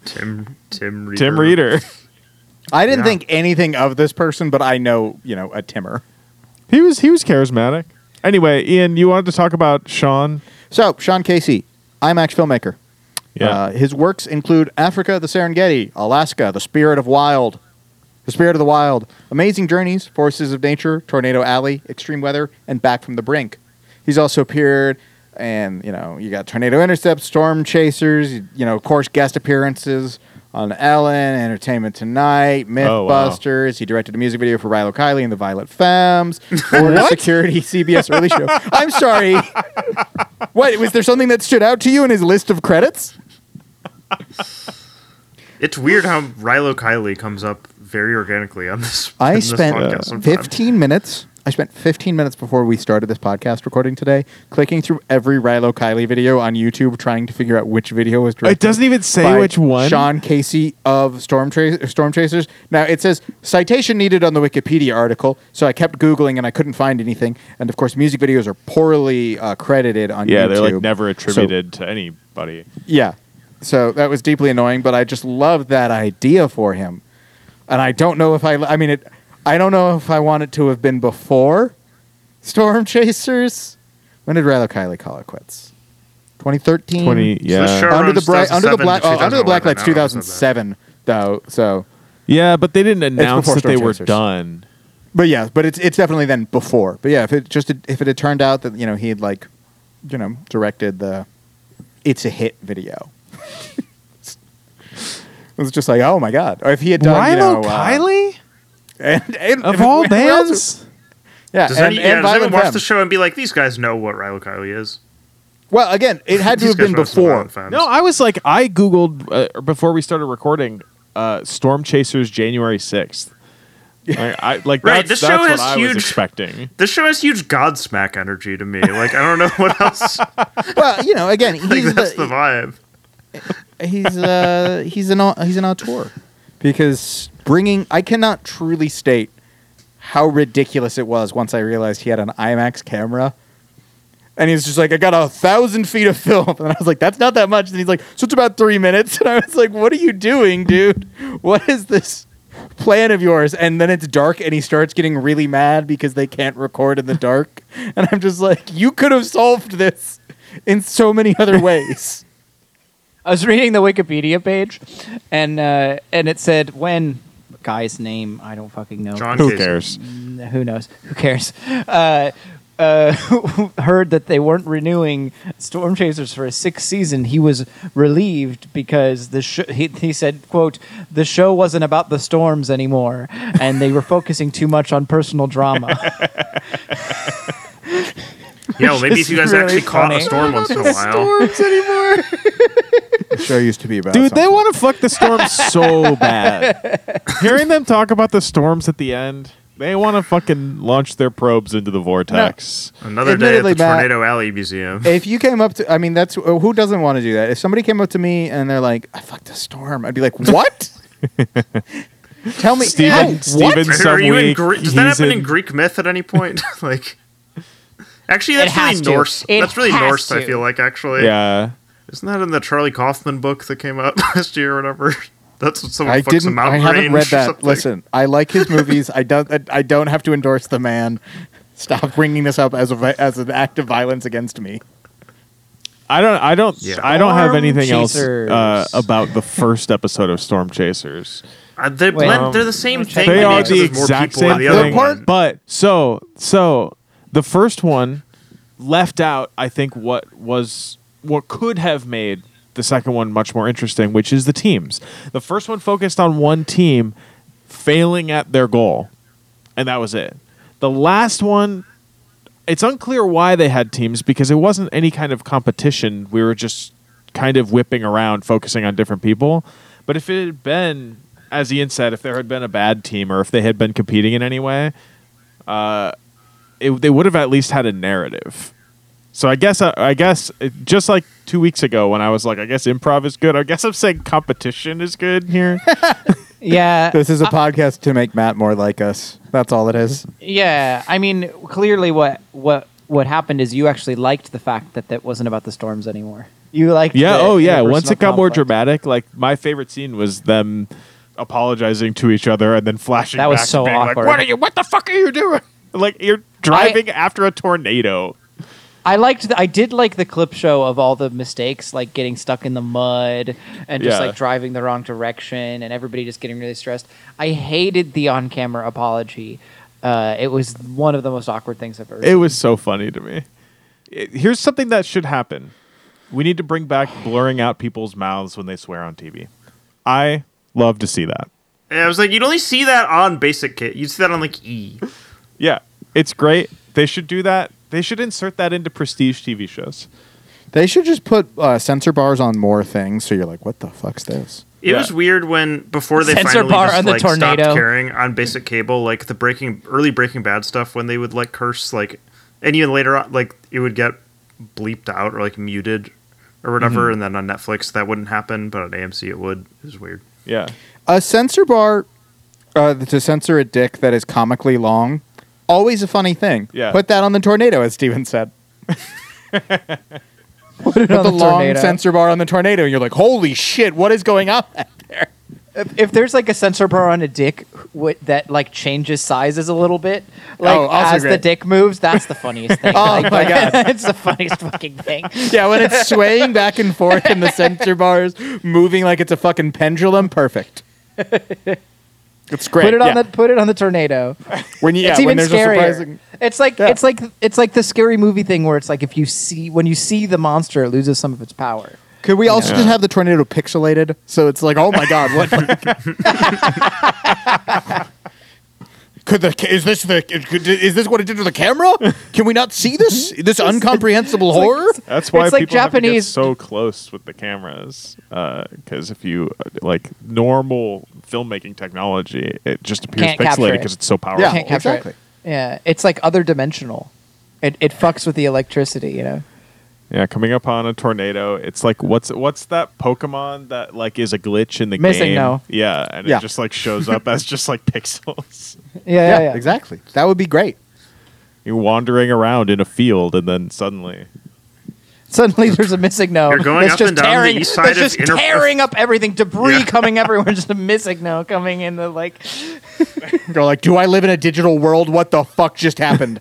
S3: Tim Tim Reader.
S1: Tim Reader.
S2: I didn't
S3: Yeah.
S2: think anything of this person, but I know, you know, a Timmer.
S1: He was he was charismatic. Anyway, Ian, you wanted to talk about Sean.
S2: So, Sean Casey, IMAX filmmaker. Uh, his works include Africa, the Serengeti, Alaska, the Spirit of Wild, the Spirit of the Wild, Amazing Journeys, Forces of Nature, Tornado Alley, Extreme Weather, and Back from the Brink. He's also appeared, and you know, you got Tornado Intercept, Storm Chasers, you you know, of course, guest appearances on Ellen, Entertainment Tonight,
S1: Oh, wow.
S2: MythBusters. He directed a music video for Rilo Kiley and the Violet Femmes, Border Security, CBS Early Show. I'm sorry. what was there something that stood out to you in his list of credits?
S3: It's weird how Rilo Kiley comes up very organically on this. in
S2: I
S3: this
S2: spent uh,
S3: podcast sometimes.
S2: 15 minutes. I spent 15 minutes before we started this podcast recording today, clicking through every Rilo Kiley video on YouTube, trying to figure out which video was directed.
S1: It doesn't even say
S2: by
S1: which one.
S2: Sean Casey of Storm, Tra- Storm Chasers. Now it says citation needed on the Wikipedia article, so I kept googling and I couldn't find anything. And of course, music videos are poorly uh, credited on YouTube.
S1: Yeah, they're like never
S2: So-
S1: attributed to anybody.
S2: yeah. So that was deeply annoying, but I just loved that idea for him. And I don't know if I I mean it I don't know if I want it to have been before Storm Chasers. When did Rilo Kiley call it quits? 2013.
S1: Twenty,
S3: So the
S1: yeah,
S2: Under
S3: show
S2: Mm-hmm. the
S3: runs
S2: bright under the
S3: 2007
S2: black
S3: to
S2: oh, under the black
S3: 2011.
S2: lights
S3: I don't know if I
S2: 2007
S3: said
S2: though. So
S1: yeah, but they didn't announce
S2: before
S1: that they
S2: Storm
S1: were
S2: Chasers.
S1: done.
S2: But yeah, but it's it's definitely then before. But yeah, if it just if it had turned out that you know he had like, you know, directed the, it's a hit video. it was just like, oh my god! Or if he had done, you know, uh, and, and-
S1: of
S2: and
S1: all
S2: who else-
S1: bands.
S2: yeah,
S3: Does,
S2: and,
S3: any, yeah,
S2: and
S3: does anyone
S2: Violent
S3: watch the
S2: Femmes.
S3: show and be like, these guys know what Rilo Kiley is?
S2: Well, again, it had to
S3: These
S2: have
S3: guys
S2: been
S3: know some
S2: before.
S3: Violent Femmes.
S1: No, I was like, I googled uh, before we started recording. Uh, Storm Chasers, January sixth. Like, I, like
S3: Right,
S1: that's,
S3: this
S1: that's
S3: show
S1: what
S3: has
S1: I
S3: huge-
S1: was expecting.
S3: this show has huge Godsmack energy to me. Like, I don't know what else. I
S2: Well, you know, again, he's
S3: think that's
S2: the-
S3: the vibe.
S2: he's uh, he's an au- he's an auteur because bringing I cannot truly state how ridiculous it was once I realized he had an IMAX camera. And he was just like, I got a thousand feet of film. And I was like, that's not that much. And he's like, so it's about three minutes. And I was like, what are you doing, dude? What is this plan of yours? And then it's dark and he starts getting really mad because they can't record in the dark. And I'm just like, you could have solved this in so many other ways.
S5: I was reading the Wikipedia page, and uh, and it said when guy's name I don't fucking know.
S3: John
S1: Who
S3: Casey.
S1: cares?
S5: who knows? Who cares? Uh, uh, heard that they weren't renewing Storm Chasers for a sixth season. He was relieved because the sh- he, he said, "quote The show wasn't about the storms anymore, and they were focusing too much on personal drama."
S3: Yeah, well, maybe if you guys
S5: really
S3: actually caught a
S5: funny.
S3: storm once in a while.
S1: Storms anymore,
S2: The show used to be about.
S1: dude? They
S2: something.
S1: want to fuck the storms so bad. Hearing them talk about the storms at the end, they want to fucking launch their probes into the vortex.
S3: Another day at
S2: Admittedly,
S3: the
S2: Matt-
S3: Tornado Alley Museum.
S2: If you came up to, I mean, that's uh, who doesn't want to do that. If somebody came up to me and they're like, "I fucked a storm," I'd be like, "What? Tell me, how-
S1: Steven,
S2: what?"
S1: Steven,
S3: Are you in
S1: Subweek,
S3: Gre- Does that
S1: he's
S3: happen in, Greek myth at any point? like, actually,
S5: It
S3: that's really
S5: has to.
S3: Norse.
S5: It
S3: that's really
S5: has
S3: Norse. I
S5: to.
S3: feel like actually.
S1: Yeah.
S3: Isn't that in the Charlie Kaufman book that came out last year or whatever? That's what someone
S2: I
S3: fucks a
S2: didn't. I
S3: mountain range
S2: haven't read
S3: or
S2: that.
S3: something.
S2: Listen, I like his movies. I don't. I don't have to endorse the man. Stop bringing this up as a vi- as an act of violence against me.
S1: I don't. I don't.
S3: Yeah.
S1: I don't have
S5: Storm
S1: anything
S5: Chasers.
S1: else uh, about the first episode of Storm Chasers.
S3: Uh, they
S5: Wait.
S3: blend, they're the same thing.
S1: They
S3: to me,
S1: are
S3: except
S1: the
S3: there's more
S1: exact
S3: people in
S1: same
S3: the other
S1: thing.
S3: one.
S1: But so so the first one left out I think what was what could have made the second one much more interesting, which is the teams. The first one focused on one team failing at their goal. And that was it. The last one it's unclear why they had teams because it wasn't any kind of competition. We were just kind of whipping around, focusing on different people. But if it had been, as Ian said, if there had been a bad team or if they had been competing in any way, uh, it, they would have at least had a narrative. So I guess uh, I, I guess it, just like two weeks ago when I was like, I guess improv is good. I guess I'm saying competition is good here.
S5: Yeah.
S2: This is a podcast to make Matt more like us. That's all it is.
S5: Yeah, I mean, clearly, what what what happened is you actually liked the fact that that wasn't about the storms anymore. You liked,
S1: Yeah.
S5: the
S1: oh, yeah.
S5: interpersonal
S1: Once it got more
S5: conflict.
S1: dramatic, like my favorite scene was them apologizing to each other and then flashing.
S5: That was
S1: back and
S5: so
S1: being
S5: awkward.
S1: Like, what are you? What the fuck are you doing? Like you're driving after a tornado.
S5: I liked, the, I did like the clip show of all the mistakes, like getting stuck in the mud and just
S1: Yeah.
S5: like driving the wrong direction, and everybody just getting really stressed. I hated the on-camera apology. Uh, it was one of the most awkward things I've ever.
S1: It was so funny to me. It- here's something that should happen. We need to bring back blurring out people's mouths when they swear on TV. I love to see that.
S3: Yeah, I was like, you'd only see that on Basic Kit. You'd see that on like E.
S1: Yeah, it's great. They should do that. They should insert that into prestige TV shows.
S2: They should just put uh, censor bars on more things, so you're like, what the fuck's this?
S3: It
S1: Yeah.
S3: was weird when before they
S5: Censor
S3: finally
S5: bar
S3: just,
S5: on the
S3: like,
S5: tornado.
S3: stopped caring on basic cable, like the breaking early Breaking Bad stuff when they would like curse like, and even later on like it would get bleeped out or like muted or
S1: Mm-hmm.
S3: whatever, and then on Netflix that wouldn't happen, but on AMC it would. It was weird.
S1: Yeah,
S2: A censor bar uh, to censor a dick that is comically long, always a funny thing.
S1: Yeah.
S2: Put that on the tornado, as Steven said.
S5: Put it
S2: Put
S5: on
S2: the, long
S5: tornado.
S2: censor bar on the tornado, and you're like, holy shit, what is going on?
S5: If, if there's like a sensor bar on a dick w- that like changes sizes a little bit, like
S2: Oh, also
S5: as the
S2: great.
S5: dick moves, that's the funniest thing.
S2: Oh
S5: Like,
S2: my
S5: that-
S2: God.
S5: it's the funniest fucking thing.
S2: yeah, when it's swaying back and forth and the censor bars moving like it's a fucking pendulum, perfect. It's great.
S5: Put it on
S2: yeah.
S5: the put it on the tornado.
S2: when you, yeah,
S5: it's
S2: when
S5: even
S2: there's
S5: scarier.
S2: a surprising
S5: It's like
S2: Yeah.
S5: it's like it's like the scary movie thing where it's like if you see when you see the monster, it loses some of its power.
S2: Could we also just have the tornado pixelated so it's like, oh my god, what? Could the is this the could- is this what it did to the camera? Can we not see this this uncomprehensible horror?
S1: That's why
S5: It's like
S1: people have to get
S5: Japanese-
S1: so close with the cameras, because if you uh, like normal filmmaking technology, it just appears
S5: Can't capture
S1: pixelated
S5: it.
S1: because it's so powerful.
S2: Yeah,
S5: Can't capture
S2: exactly.
S5: it. Yeah, it's like other dimensional. It it fucks with the electricity, you know.
S1: Yeah, coming up on a tornado, it's like what's what's that Pokemon that like is a glitch in the
S5: Missing
S1: game?
S5: now.
S1: Yeah, and
S2: Yeah.
S1: it just like shows up as just like pixels.
S5: Yeah, yeah, yeah.
S2: exactly. That would be great.
S1: You're wandering around in a field, and then suddenly,
S5: Suddenly, there's a missing no.
S3: You're going
S5: that's
S3: up
S5: just
S3: and down the
S5: tearing,
S3: east side
S5: that's
S3: of
S5: just
S3: Inter-
S5: tearing up everything, debris
S3: Yeah.
S5: coming everywhere, just a missing no coming in the like.
S2: They're like, do I live in a digital world? What the fuck just happened?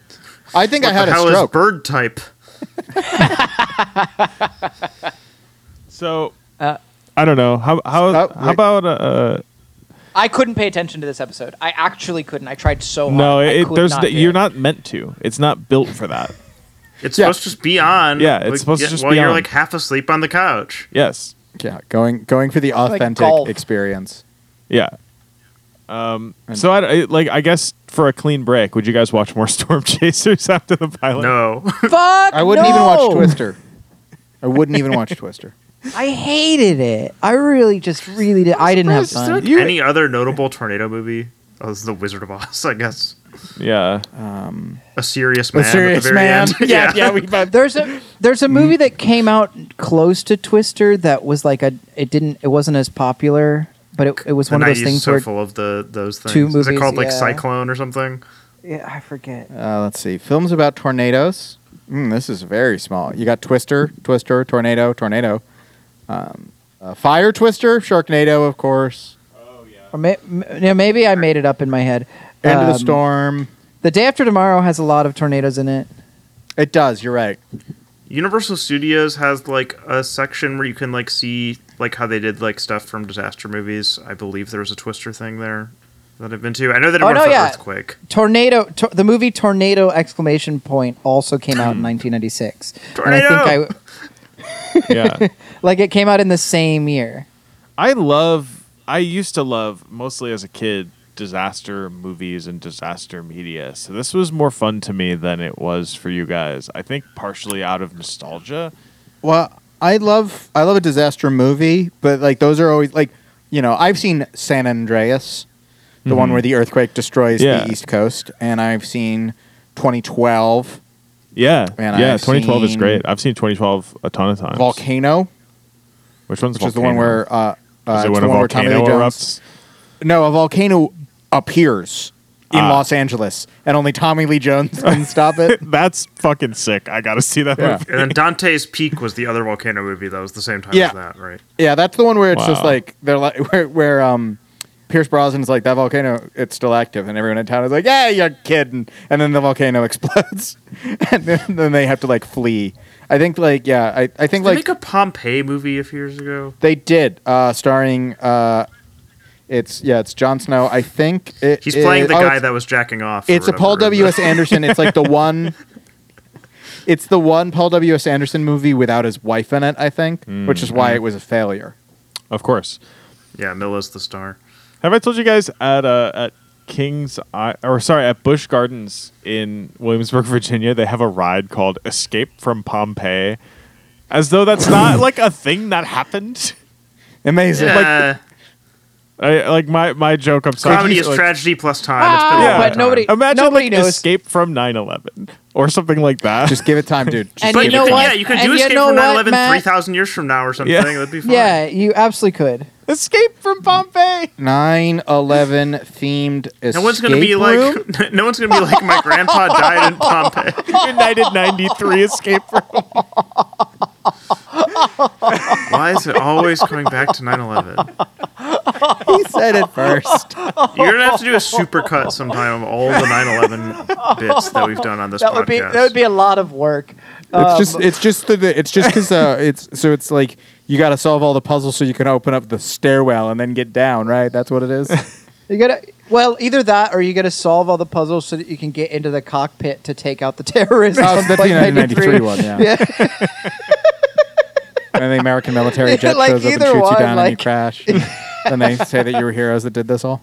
S2: I think I had
S3: the
S2: a
S3: hell is
S2: stroke.
S3: bird type?
S1: so
S5: Uh,
S1: I don't know how how
S2: Oh,
S1: how
S2: wait.
S1: about uh,
S5: I couldn't pay attention to this episode. I actually couldn't. I tried so hard.
S1: no?
S5: Oh, I
S1: It,
S5: could
S1: there's
S5: not
S1: th-
S5: do
S1: you're
S5: it.
S1: not meant to. It's not built for that.
S3: It's
S2: Yeah.
S3: supposed to just be on.
S1: Yeah, it's
S3: like,
S1: supposed to just
S3: while
S1: be
S3: you're
S1: on.
S3: like half asleep on the couch.
S1: yes.
S2: yeah, going going for the authentic
S5: golf.
S2: experience.
S1: Yeah. Um, so I, I- like I guess for a clean break, would you guys watch more Storm Chasers after the pilot?
S3: No,
S5: Fuck.
S2: I wouldn't even
S5: no!
S2: watch Twister. I wouldn't even watch Twister.
S5: I hated it. I really just really did. I didn't have
S1: surprised,
S5: fun.
S1: You-
S3: any other notable tornado movie? Oh, this is the Wizard of Oz, I guess.
S1: Yeah.
S3: A serious man. at
S2: Serious
S3: the very
S2: Man.
S3: End.
S2: Yeah, yeah, we both
S5: There's a there's a
S1: Mm.
S5: movie that came out close to Twister that was like a it didn't it wasn't as popular, but it, it was
S3: the
S5: one of
S3: 90s
S5: those things
S3: so
S5: where
S3: full of the those things.
S5: two
S3: Is it
S5: movies,
S3: called like
S5: yeah.
S3: Cyclone or something?
S5: yeah, I forget.
S2: Uh, let's see. Films about tornadoes. Mm, this is very small. You got Twister, Twister, Tornado, Tornado. Um, uh, Fire Twister, Sharknado, of course.
S5: Or may, m- yeah, maybe I made it up in my head.
S2: End of the
S5: Um,
S2: Storm.
S5: The day after tomorrow has a lot of tornadoes in it.
S2: It does. You're right.
S3: Universal Studios has like a section where you can like see like how they did like stuff from disaster movies. I believe there was a Twister thing there that I've been to. I know they did
S5: Oh,
S3: one
S5: no,
S3: for
S5: yeah.
S3: earthquake.
S5: Tornado, tor- the movie Tornado exclamation point also came out in 1996, and I
S3: Tornado!
S5: think
S1: yeah.
S5: I like it came out in the same year.
S1: I love. I used to love mostly as a kid disaster movies and disaster media. So this was more fun to me than it was for you guys. I think partially out of nostalgia.
S2: Well, I love I love a disaster movie, but like those are always like you know I've seen San Andreas, the one where the earthquake destroys
S1: Yeah.
S2: the East Coast, and I've seen 2012
S1: Yeah,
S2: Man,
S1: yeah.
S2: I've
S1: 2012 is
S2: seen-
S1: great. I've seen 2012 a ton of times.
S2: Volcano,
S1: Which one's
S2: which is the one where uh, uh
S1: Is it
S2: it's
S1: when
S2: the
S1: a
S2: one where Tommy Lee
S1: volcano
S2: Jones.
S1: erupts?
S2: No, a volcano appears in
S1: Ah.
S2: Los Angeles, and only Tommy Lee Jones can stop it.
S1: That's fucking sick. I gotta see that
S2: Yeah.
S1: movie.
S3: And then Dante's Peak was the other volcano movie that was the same time
S2: Yeah.
S3: as that, right?
S2: Yeah, that's the one where it's just
S1: Wow.
S2: like they're like where, where um Pierce Brosnan's like that volcano it's still active and everyone in town is like, "Yeah, you're kidding." And then the volcano explodes. and then, then they have to like flee. I think like yeah, I I think
S3: Did they
S2: like
S3: make a Pompeii movie a few years ago.
S2: they did uh starring uh it's yeah, it's Jon Snow. I think it
S3: He's playing
S2: is-
S3: the
S2: oh,
S3: guy
S2: it's-
S3: that was jacking off. or
S2: It's a
S3: whatever,
S2: Paul
S3: remember?
S2: W. S. Anderson. It's like the one. It's the one Paul W. S. Anderson movie without his wife in it. I think,
S3: Mm,
S2: which is why it was a failure.
S1: Of course.
S3: Yeah, Mila's the star.
S1: Have I told you guys at uh, at King's I- or sorry at Busch Gardens in Williamsburg, Virginia, they have a ride called Escape from Pompeii, as though that's not like a thing that happened.
S2: Amazing. Like,
S3: Yeah.
S1: I, like my my joke. I'm sorry.
S3: comedy is
S1: like,
S3: tragedy plus time.
S5: Ah,
S3: it's been a long
S1: but
S3: time.
S5: nobody-
S1: Imagine
S5: Nobody
S1: like
S5: knows.
S1: Escape from 9/11 or something like that.
S2: Just give it time, dude. Just
S5: And
S2: give
S3: But
S5: you
S3: you,
S2: it
S5: know
S3: could,
S5: what?
S3: yeah, you could
S5: And
S3: do
S5: you
S3: Escape
S5: know
S3: from
S5: what,
S3: 9 11
S5: Matt?
S3: 3,000 years from now or something.
S1: Yeah.
S3: That'd be fun.
S5: Yeah, you absolutely could.
S1: Escape from Pompeii.
S2: 9 11 themed escape
S3: No one's gonna be
S2: room?
S3: like, no one's gonna be like, my grandpa died in Pompeii.
S1: United 93 Escape from.
S3: Why is it always coming back to 9/11?
S2: he said it first.
S3: You're gonna have to do a supercut sometime of all the 9/11 bits that we've done on this
S5: That
S3: podcast.
S5: would be that would be a lot of work.
S2: It's just it's just the, the- it's just because uh, it's so it's like you got to solve all the puzzles so you can open up the stairwell and then get down. Right? That's what it is.
S5: You gotta well either that or you gotta solve all the puzzles so that you can get into the cockpit to take out the terrorists.
S2: Oh,
S5: on
S2: that's the
S5: Flight
S2: 1993 one, yeah.
S5: yeah.
S2: and the American military jet
S5: Like
S2: shows up and
S5: either
S2: shoots
S5: one,
S2: you down and you
S5: like-
S2: crash. and they say that you were heroes that did this all.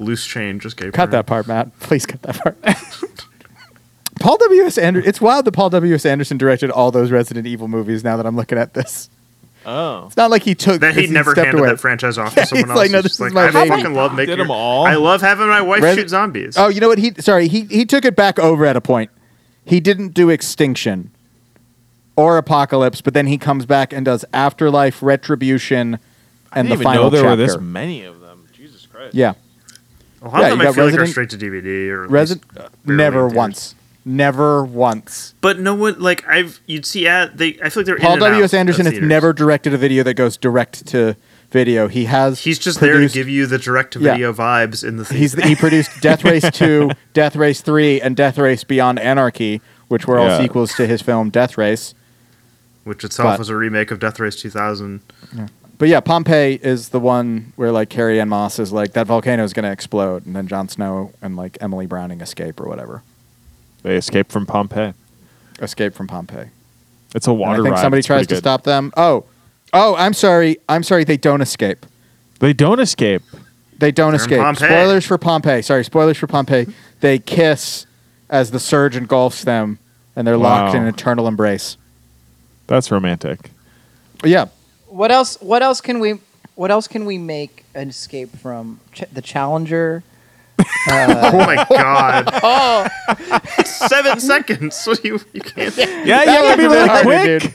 S3: loose change escape.
S2: Cut that part, Matt. Please cut that part. Paul W. S. Anderson. It's wild that Paul W. S. Anderson directed all those Resident Evil movies. Now that I'm looking at this,
S1: Oh.
S2: it's not like he took
S3: That he
S2: he
S3: never
S2: stepped
S3: handed
S2: away.
S3: that franchise off
S2: Yeah,
S3: to someone
S2: he's
S3: else.
S2: like, no,
S3: He's
S2: this
S3: just
S2: is
S3: like,
S2: my
S3: I
S2: baby.
S3: fucking love making
S1: Did 'em
S3: your-
S1: all.
S3: I love having my wife
S2: Res-
S3: shoot zombies.
S2: Oh, you know what? He sorry. He he took it back over at a point. He didn't do Extinction or Apocalypse, but then he comes back and does Afterlife, Retribution, and the
S1: didn't even
S2: final
S1: know there
S2: chapter.
S1: were this many of them. Jesus Christ.
S2: yeah,
S3: a lot
S2: yeah,
S3: of
S2: you
S3: them I
S2: got
S3: feel like are
S2: Resident-
S3: straight to DVD or at
S2: Resident.
S3: least uh, barely
S2: never
S3: in theaters.
S2: once. Never once.
S3: But no one like I've you'd see at they. I feel like they're
S2: Paul
S3: in and
S2: W.
S3: out
S2: S. Anderson
S3: of
S2: has
S3: theaters.
S2: never directed a video that goes direct to video. He has.
S3: He's just there to
S2: produced-
S3: give you the direct to video vibes in the theater.
S2: He's he produced Death Race Two, Death Race Three, and Death Race Beyond Anarchy, which were all
S1: Yeah.
S2: sequels to his film Death Race.
S3: which itself
S2: But-
S3: was a remake of Death Race 2000.
S2: But yeah, Pompeii is the one where like Carrie Ann Moss is like that volcano is going to explode, and then Jon Snow and like Emily Browning escape or whatever,
S1: They escape from Pompeii.
S2: escape from Pompeii.
S1: It's a
S2: And
S1: water
S2: I think
S1: ride.
S2: somebody
S1: It's
S2: tries
S1: pretty
S2: to
S1: good.
S2: stop them. Oh, oh, I'm sorry, I'm sorry. They don't escape.
S1: They don't escape.
S2: They don't
S3: They're in
S2: escape.
S3: Pompeii.
S2: Spoilers for Pompeii. Sorry, spoilers for Pompeii. They kiss as the surge engulfs them, and they're locked
S1: Wow.
S2: in an eternal embrace.
S1: That's romantic.
S2: But yeah,
S5: What else what else can we what else can we make an escape from? Ch- the Challenger? Uh,
S3: Oh my god! oh, seven seconds. So you you can't.
S1: Yeah, you have to be really
S2: harder,
S1: quick.
S2: dude.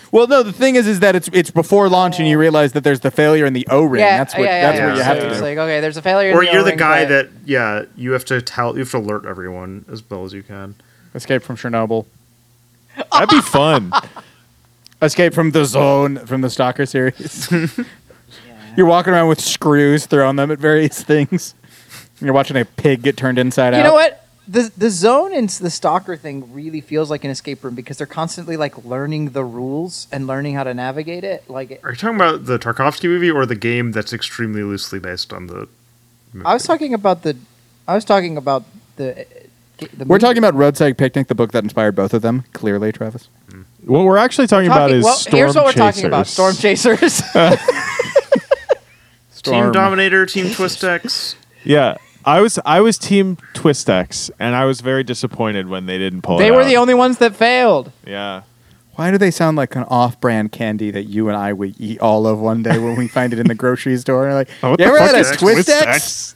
S2: well, no, the thing is, is that it's it's before launch, and you realize that there's the failure in the O ring. that's what that's
S3: yeah,
S2: what you
S3: yeah.
S2: have
S5: So
S2: to
S5: It's
S2: do.
S5: like, okay, there's a failure. in
S3: Or you're the
S5: O-ring,
S3: guy
S5: but-
S3: that yeah you have to tell you have to alert everyone as well as you can.
S2: Escape from Chernobyl.
S1: That'd be fun.
S2: Escape from the Zone from the Stalker series. You're walking around with screws thrown them at various things. You're watching a pig get turned inside
S5: You
S2: out.
S5: know what? the the zone and the stalker thing really feels like an escape room because they're constantly like learning the rules and learning how to navigate it. Like
S3: Are you talking about the Tarkovsky movie or the game that's extremely loosely based on the? Movie?
S5: I was talking about the, I was talking about the. eh, the
S2: We're
S5: movie.
S2: talking about Roadside Picnic, the book that inspired both of them. Clearly, Travis.
S1: What we're actually talking, about
S5: Talking-
S1: is
S5: well,
S1: storm
S5: here's what we're
S1: chasers.
S5: talking about: storm chasers.
S2: Oh,
S3: Team Dominator, Team Twist X.
S1: yeah, I was I was Team Twistex, and I was very disappointed when they didn't pull.
S5: they
S1: it
S5: were
S1: out.
S5: the only ones that failed.
S1: Yeah,
S2: Why do they sound like an off-brand candy that you and I would eat all of one day when we find it in the grocery store? And like,
S1: what
S2: you
S1: the
S2: ever
S1: fuck
S2: had a
S1: is
S2: Twistex?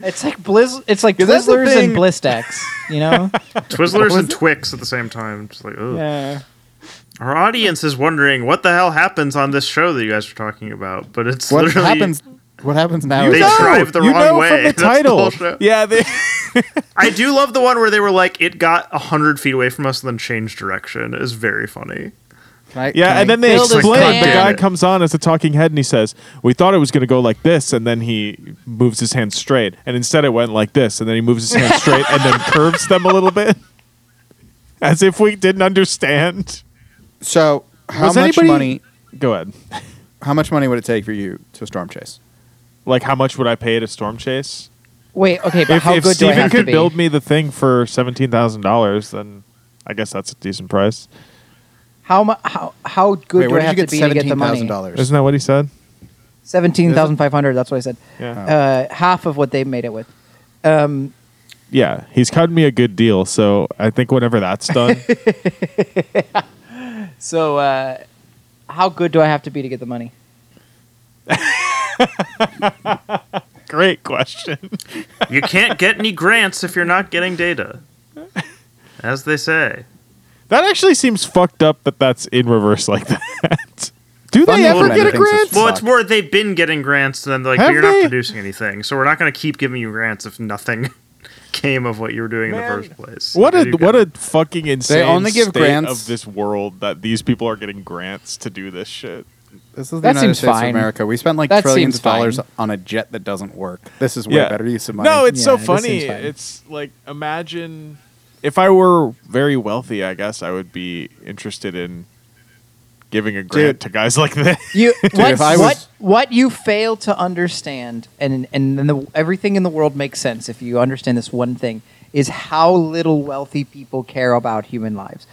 S5: It's like blizz. It's like
S2: 'Cause that's the
S5: Twizzlers and
S2: thing-
S5: Blistex. You know.
S3: Twizzlers and Twix at the same time. Just like, ugh.
S5: yeah.
S3: Our audience is wondering what the hell happens on this show that you guys are talking about, but it's
S2: What
S3: literally
S2: happens? What happens now?
S3: You
S2: is
S3: They
S1: No,
S3: drive the
S1: you
S3: wrong
S1: know
S3: way.
S1: From the
S3: That's the
S1: title.
S3: whole show.
S1: yeah, they,
S3: I do love the one where they were like, it got hundred feet away from us and then changed direction. It's very funny.
S2: Can I-
S1: yeah,
S2: can I-
S1: and then they
S5: Build a
S1: explain.
S5: stand.
S1: The guy
S3: Yeah.
S1: comes on as a talking head, and he says, "We thought it was going to go like this," and then he moves his hand straight, and instead it went like this, and then he moves his hand straight, and then curves them a little bit, as if we didn't understand.
S2: So, how
S1: Was
S2: much
S1: anybody-
S2: money?
S1: Go ahead.
S2: How much money would it take for you to storm chase?
S1: Like, how much would I pay to storm chase?
S5: Wait. Okay. But
S1: If,
S5: how
S1: if
S5: good do I
S1: Steven
S5: have to
S1: could
S5: be?
S1: build me the thing for seventeen thousand dollars, then I guess that's a decent price.
S5: How mu- how how good
S2: Wait,
S5: do
S2: where
S5: I
S2: did
S5: have
S2: you get
S5: to be to get the
S2: seventeen thousand
S5: money?
S2: dollars?
S1: Isn't that what he said?
S5: Seventeen thousand five hundred. That's what I said.
S1: Yeah.
S5: Uh, half of what they made it with. Um,
S1: Yeah, he's cut me a good deal, so I think whenever that's done,
S5: so, uh, how good do I have to be to get the money?
S1: great question.
S3: You can't get any grants if you're not getting data, as they say.
S1: That actually seems fucked up that that's in reverse like that. Do
S2: Fun
S1: they ever
S2: implement
S1: get a
S2: things is
S1: grant?
S3: Well, it's
S2: Fuck.
S3: more they've been getting grants, and then like
S1: Have
S3: you're
S1: they?
S3: not producing anything, so we're not going to keep giving you grants if nothing came of what you were doing in
S1: Man,
S3: the first place.
S1: What
S3: There
S1: a
S3: you go.
S1: what a fucking insane
S2: only give
S1: state
S2: grants-
S1: of this world that these people are getting grants to do this shit.
S2: This is the
S5: That
S2: United
S5: seems
S2: States
S5: fine.
S2: of America. We spent like
S5: That
S2: trillions
S5: seems
S2: of dollars
S5: fine.
S2: on a jet that doesn't work. This is way better use of money.
S1: No, it's
S5: Yeah,
S1: so
S5: this
S1: funny.
S5: seems fine.
S1: It's like imagine if I were very wealthy, I guess I would be interested in giving a grant
S2: Dude.
S1: to guys like this.
S5: You what,
S2: if I was-
S5: what what you fail to understand, and and then the, everything in the world makes sense if you understand this one thing is how little wealthy people care about human lives.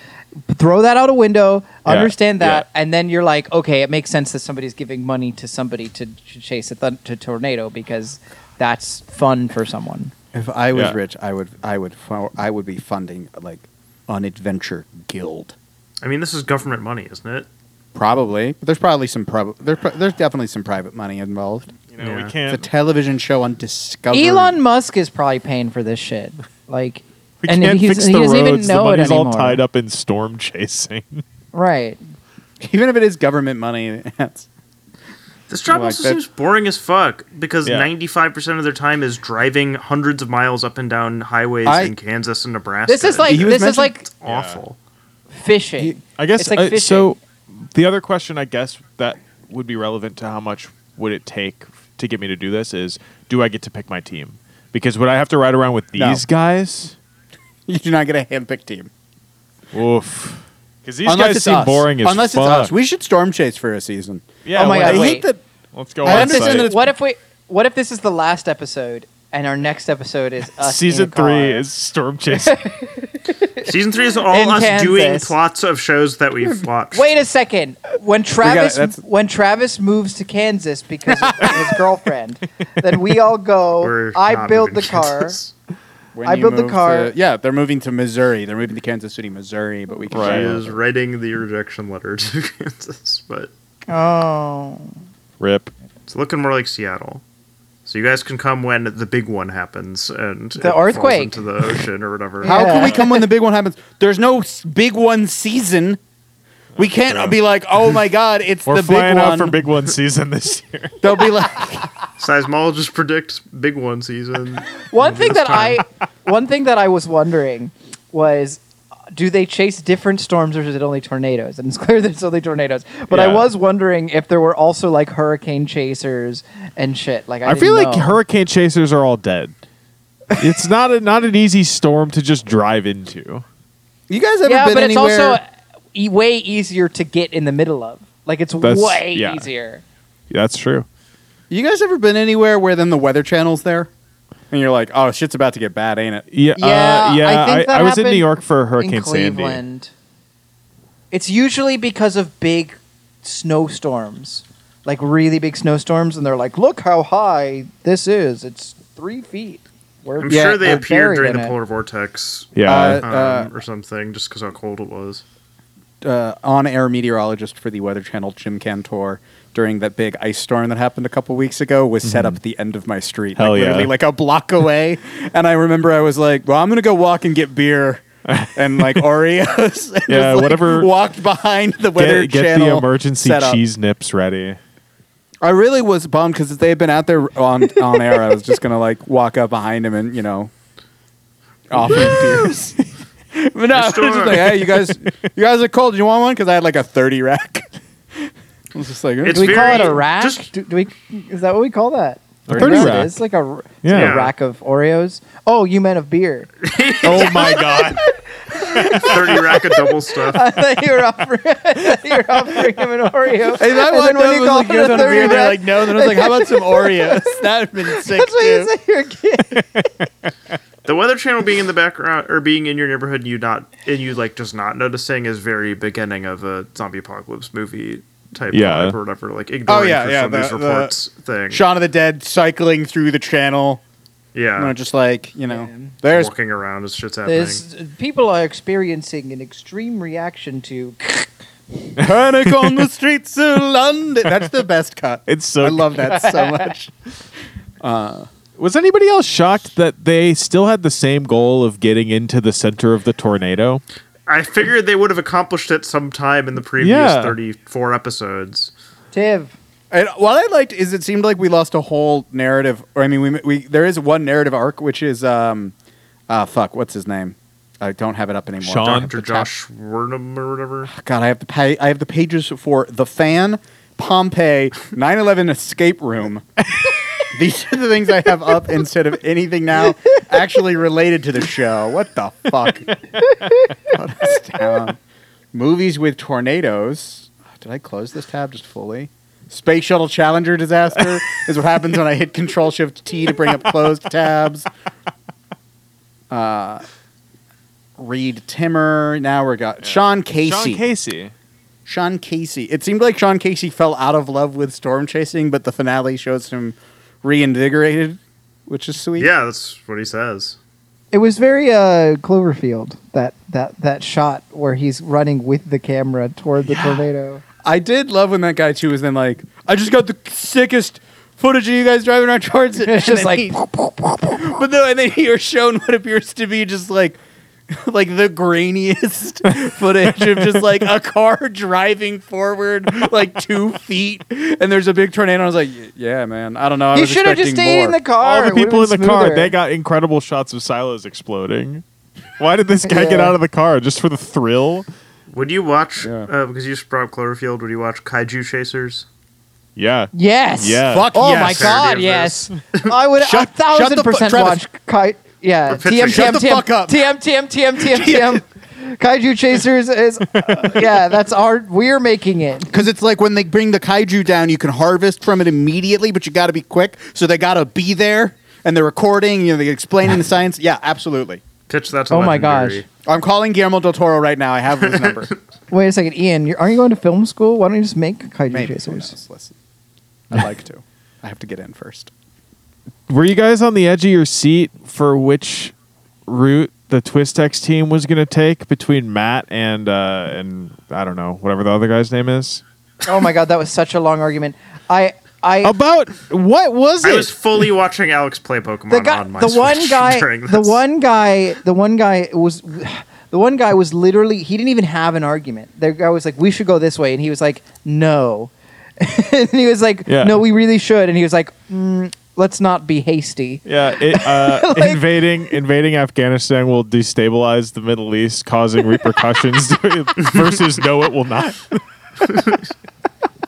S5: Throw that out a window,
S1: Yeah,
S5: understand that,
S1: yeah.
S5: and then you're like, okay, it makes sense that somebody's giving money to somebody to, to chase a thun- to tornado because that's fun for someone.
S2: If I was
S1: Yeah.
S2: rich, I would, I would, fo- I would be funding like an adventure guild.
S3: I mean, this is government money, isn't it?
S2: Probably, but there's probably some prob- there, pro- there's definitely some private money involved.
S1: You know,
S3: Yeah.
S1: we
S2: It's a
S1: can't
S2: television show on Discovery.
S5: Elon Musk is probably paying for this shit. Like,
S1: we
S5: and
S1: can't
S5: he's,
S1: fix
S5: he
S1: the
S5: doesn't
S1: roads.
S5: even
S1: the
S5: know it
S1: money's
S5: anymore.
S1: all tied up in storm chasing.
S5: Right.
S2: even if it is government money, that's
S3: This job
S2: Like
S3: also
S2: that-
S3: seems boring as fuck because
S1: Yeah.
S3: ninety-five percent of their time is driving hundreds of miles up and down highways
S2: I-
S3: in Kansas and Nebraska.
S5: This is like
S2: He was
S5: this
S2: mentioned-
S5: is like
S3: it's awful.
S5: fishing.
S2: He-
S1: I guess
S5: It's like
S1: uh,
S5: fishing.
S1: so. The other question, I guess, that would be relevant to how much would it take to get me to do this is: Do I get to pick my team? Because would I have to ride around with these
S2: No.
S1: guys?
S2: you do not get a handpicked team
S1: Oof. Because these
S2: unless
S1: guys
S2: it's
S1: seem
S2: us.
S1: boring as
S2: unless
S1: fuck.
S2: it's us. We should storm chase for a season.
S1: yeah,
S5: Oh my
S1: why
S5: God,
S2: I
S1: not?
S5: wait.
S2: hate that.
S1: Let's go.
S2: I
S1: on
S2: understand
S1: site.
S2: that it's-
S5: what if we? What if this is the last episode and our next episode is us
S1: Season
S5: in a car?
S1: three is storm chasing.
S3: Season three is all
S5: In
S3: us doing
S5: Kansas.
S3: plots of shows that we've watched.
S5: Wait a second. When Travis
S2: that's-
S5: when Travis moves to Kansas because of his girlfriend, then we all go.
S3: We're
S5: I
S3: not
S5: build the
S3: moving to
S5: car.
S3: Kansas.
S2: When
S5: I
S2: you
S5: built the
S2: move
S5: car.
S2: to- yeah, they're moving to Missouri. They're moving to Kansas City, Missouri. But we can
S1: Right.
S3: She
S2: drive
S1: Yeah.
S3: is writing the rejection letter to Kansas, but
S5: Oh,
S1: Rip.
S3: it's looking more like Seattle. So you guys can come when the big one happens and it
S5: The
S3: falls
S5: earthquake.
S3: into the ocean or whatever.
S2: How
S5: Yeah.
S2: can we come when the big one happens? There's no s- big one season. We can't
S1: true.
S2: be like, oh my god, it's
S1: We're
S2: the
S1: flying
S2: big
S1: out
S2: one.
S1: for big one season this year.
S2: They'll be like,
S3: Seismologists predict big one season.
S5: one thing that I one thing that I was wondering was uh, do they chase different storms or is it only tornadoes? And it's clear that it's only tornadoes. But I
S1: Yeah.
S5: was wondering if there were also like hurricane chasers and shit. Like I,
S1: I feel
S5: didn't
S1: like
S5: know.
S1: hurricane chasers are all dead. it's not a, not an easy storm to just drive into.
S2: You guys haven't
S5: yeah,
S2: been
S5: but
S2: anywhere.
S5: it's also e- way easier to get in the middle of. Like it's
S1: That's-
S5: way
S1: yeah.
S5: easier.
S1: That's true.
S2: you guys ever been anywhere where then the weather channel's there, and you're like, oh, shit's about to get bad, ain't it?
S1: Yeah,
S5: Yeah,
S1: uh, yeah.
S5: I think that
S1: was in New
S5: happened
S1: York for
S5: in
S1: Hurricane Sandy.
S5: Cleveland. It's usually because of big snowstorms, like really big snowstorms, and they're like, "Look how high this is! It's three feet." We're,
S3: I'm
S2: Yeah,
S3: sure they
S5: we're
S3: appeared
S5: buried
S3: during
S5: in
S3: the
S5: it."
S3: polar vortex
S1: Yeah,
S2: Uh,
S3: um, or something, just because how cold it was.
S2: uh, on-air meteorologist for the Weather Channel, Jim Cantor, during that big ice storm that happened a couple weeks ago, was set up at the end of my street,
S1: Mm-hmm. Hell
S2: like,
S1: yeah.
S2: literally like a block away. and I remember I was like, "Well, I'm gonna go walk and get beer." and like Oreos, and
S1: Yeah,
S2: just, like,
S1: whatever-
S2: Walked behind the weather
S1: get, get
S2: channel.
S1: the emergency
S2: setup.
S1: cheese nips ready.
S2: I really was bummed because if they had been out there on on air, I was just gonna like walk up behind him and you know offer him beers. but no, I was just
S3: Sure.
S2: like, hey, you guys, you guys are cold. You want one? Because I had like a thirty rack. I was just like, eh.
S3: It's
S5: do we call it
S3: very-
S5: a rack?
S3: just-
S5: do, do we? Is that what we call that?
S1: A 30
S5: Yeah, it
S1: rack.
S5: is, like a, r- it's
S1: Yeah.
S5: like a rack of Oreos. Oh, you meant of beer.
S1: oh my god!
S3: Thirty rack of double stuff.
S5: I thought you were offering, I thought you were offering him an Oreo.
S2: Hey, that one
S5: then when
S2: when
S5: you
S2: was
S5: call
S2: like,
S5: it
S2: "You guys
S5: a
S2: want a
S5: 30
S2: beer?" They're
S5: rack-
S2: like, no. Then I was like, how about some Oreos? That'd have been sick
S5: That's what
S2: too.
S5: you said you're getting.
S3: The Weather Channel being in the background or being in your neighborhood and you not and you like just not noticing is very beginning of a zombie apocalypse movie type
S1: Yeah.
S3: vibe or whatever. Like ignoring
S2: Oh, yeah,
S3: for
S2: yeah,
S3: some of these
S2: the- the-
S3: reports thing.
S2: Shaun of the Dead cycling through the channel. You know,
S3: yeah.
S2: just like you know,
S5: Yeah.
S2: there's
S3: walking around as shit's happening.
S5: There's, people are experiencing an extreme reaction to.
S2: panic on the streets of London. That's the best cut.
S1: It's so.
S2: I love that so much.
S1: Was anybody else shocked that they still had the same goal of getting into the center of the tornado?
S3: I figured they would have accomplished it sometime in the previous
S1: Yeah.
S3: thirty four episodes.
S5: Tiv,
S2: And what I liked is it seemed like we lost a whole narrative. Or I mean, we, we there is one narrative arc which is um, uh, fuck, what's his name? I don't have it up anymore.
S1: Sean? On
S3: Dr.
S2: the top.
S3: Josh Wernham or whatever.
S2: God, I have the pa- I have the pages for the fan, Pompeii, 9/11 escape room. These are the things I have up instead of anything now actually related to the show. What the fuck? What is down? Movies with tornadoes. Did I close this tab just fully? Space Shuttle Challenger disaster is what happens when I hit Control Shift T to bring up closed tabs. Uh, Reed Timmer. Now we're got Sean Casey.
S1: John Casey.
S2: Sean Casey. It seemed like Sean Casey fell out of love with storm chasing, but the finale shows him reinvigorated, which is sweet.
S3: Yeah, that's what he says.
S5: it was very uh, Cloverfield that that that shot where he's running with the camera toward the tornado.
S2: I did love when that guy too was then like, I just got the sickest footage of you guys driving around towards it.
S5: It's
S2: And
S5: just
S2: then
S5: like
S2: he- but no, and then you're shown what appears to be just like like the grainiest footage of just like a car driving forward like two feet and there's a big tornado. I was like, yeah, man. I don't know. I
S5: you
S2: was
S5: should have just
S2: expecting
S5: stayed
S2: more.
S5: in the car.
S1: All the
S5: It would've
S1: people in the
S5: been
S1: car,
S5: smoother.
S1: they got incredible shots of silos exploding. Why did this guy get
S5: Yeah.
S1: out of the car just for the thrill?
S3: Would you watch
S2: Yeah.
S3: uh, because you just brought up Cloverfield, would you watch Kaiju Chasers?
S1: Yeah.
S5: Yes.
S1: Yeah.
S2: Fuck
S5: Oh
S2: yes.
S5: my
S3: Parody
S5: god,
S3: of
S5: yes. I would
S2: Shut-
S5: a
S2: shut
S5: thousand
S2: the fu-
S5: percent
S2: Travis.
S5: watch Kai yeah,
S3: We're
S5: TM, TM,
S3: pitching.
S2: Shut the
S5: TM,
S2: fuck up.
S5: TM, TM, TM, TM, TM. Kaiju Chasers is uh, yeah, that's our we're making it.
S2: Because it's like when they bring the kaiju down, you can harvest from it immediately, but you got to be quick. So they got to be there, and they're recording. You know, they're explaining the science. Yeah, absolutely.
S3: Pitch that to
S5: Oh my
S3: Legendary.
S5: gosh.
S2: I'm calling Guillermo del Toro right now. I have his number.
S5: Wait a second, Ian, you're, aren't you going to film school? Why don't you just make Kaiju
S2: Maybe. Who
S5: Chasers?
S2: knows? Listen, I'd like to. I have to get in first.
S1: Were you guys on the edge of your seat for which route the Twistex team was going to take between Matt and uh, and I don't know whatever the other guy's name is?
S5: Oh my god, that was such a long argument. I I
S1: About what was it?
S3: I was fully watching Alex play Pokemon
S5: the guy,
S3: on my
S5: the one
S3: Switch
S5: guy,
S3: during
S5: the
S3: this.
S5: one guy, the one guy was, the one guy was literally. He didn't even have an argument. The guy was like, "We should go this way," and he was like, "No," and he was like,
S1: Yeah.
S5: "No, we really should," and he was like, mm, "Let's not be hasty."
S1: yeah, it, uh,
S5: Like-
S1: invading invading Afghanistan will destabilize the Middle East, causing repercussions. versus, no, it will not.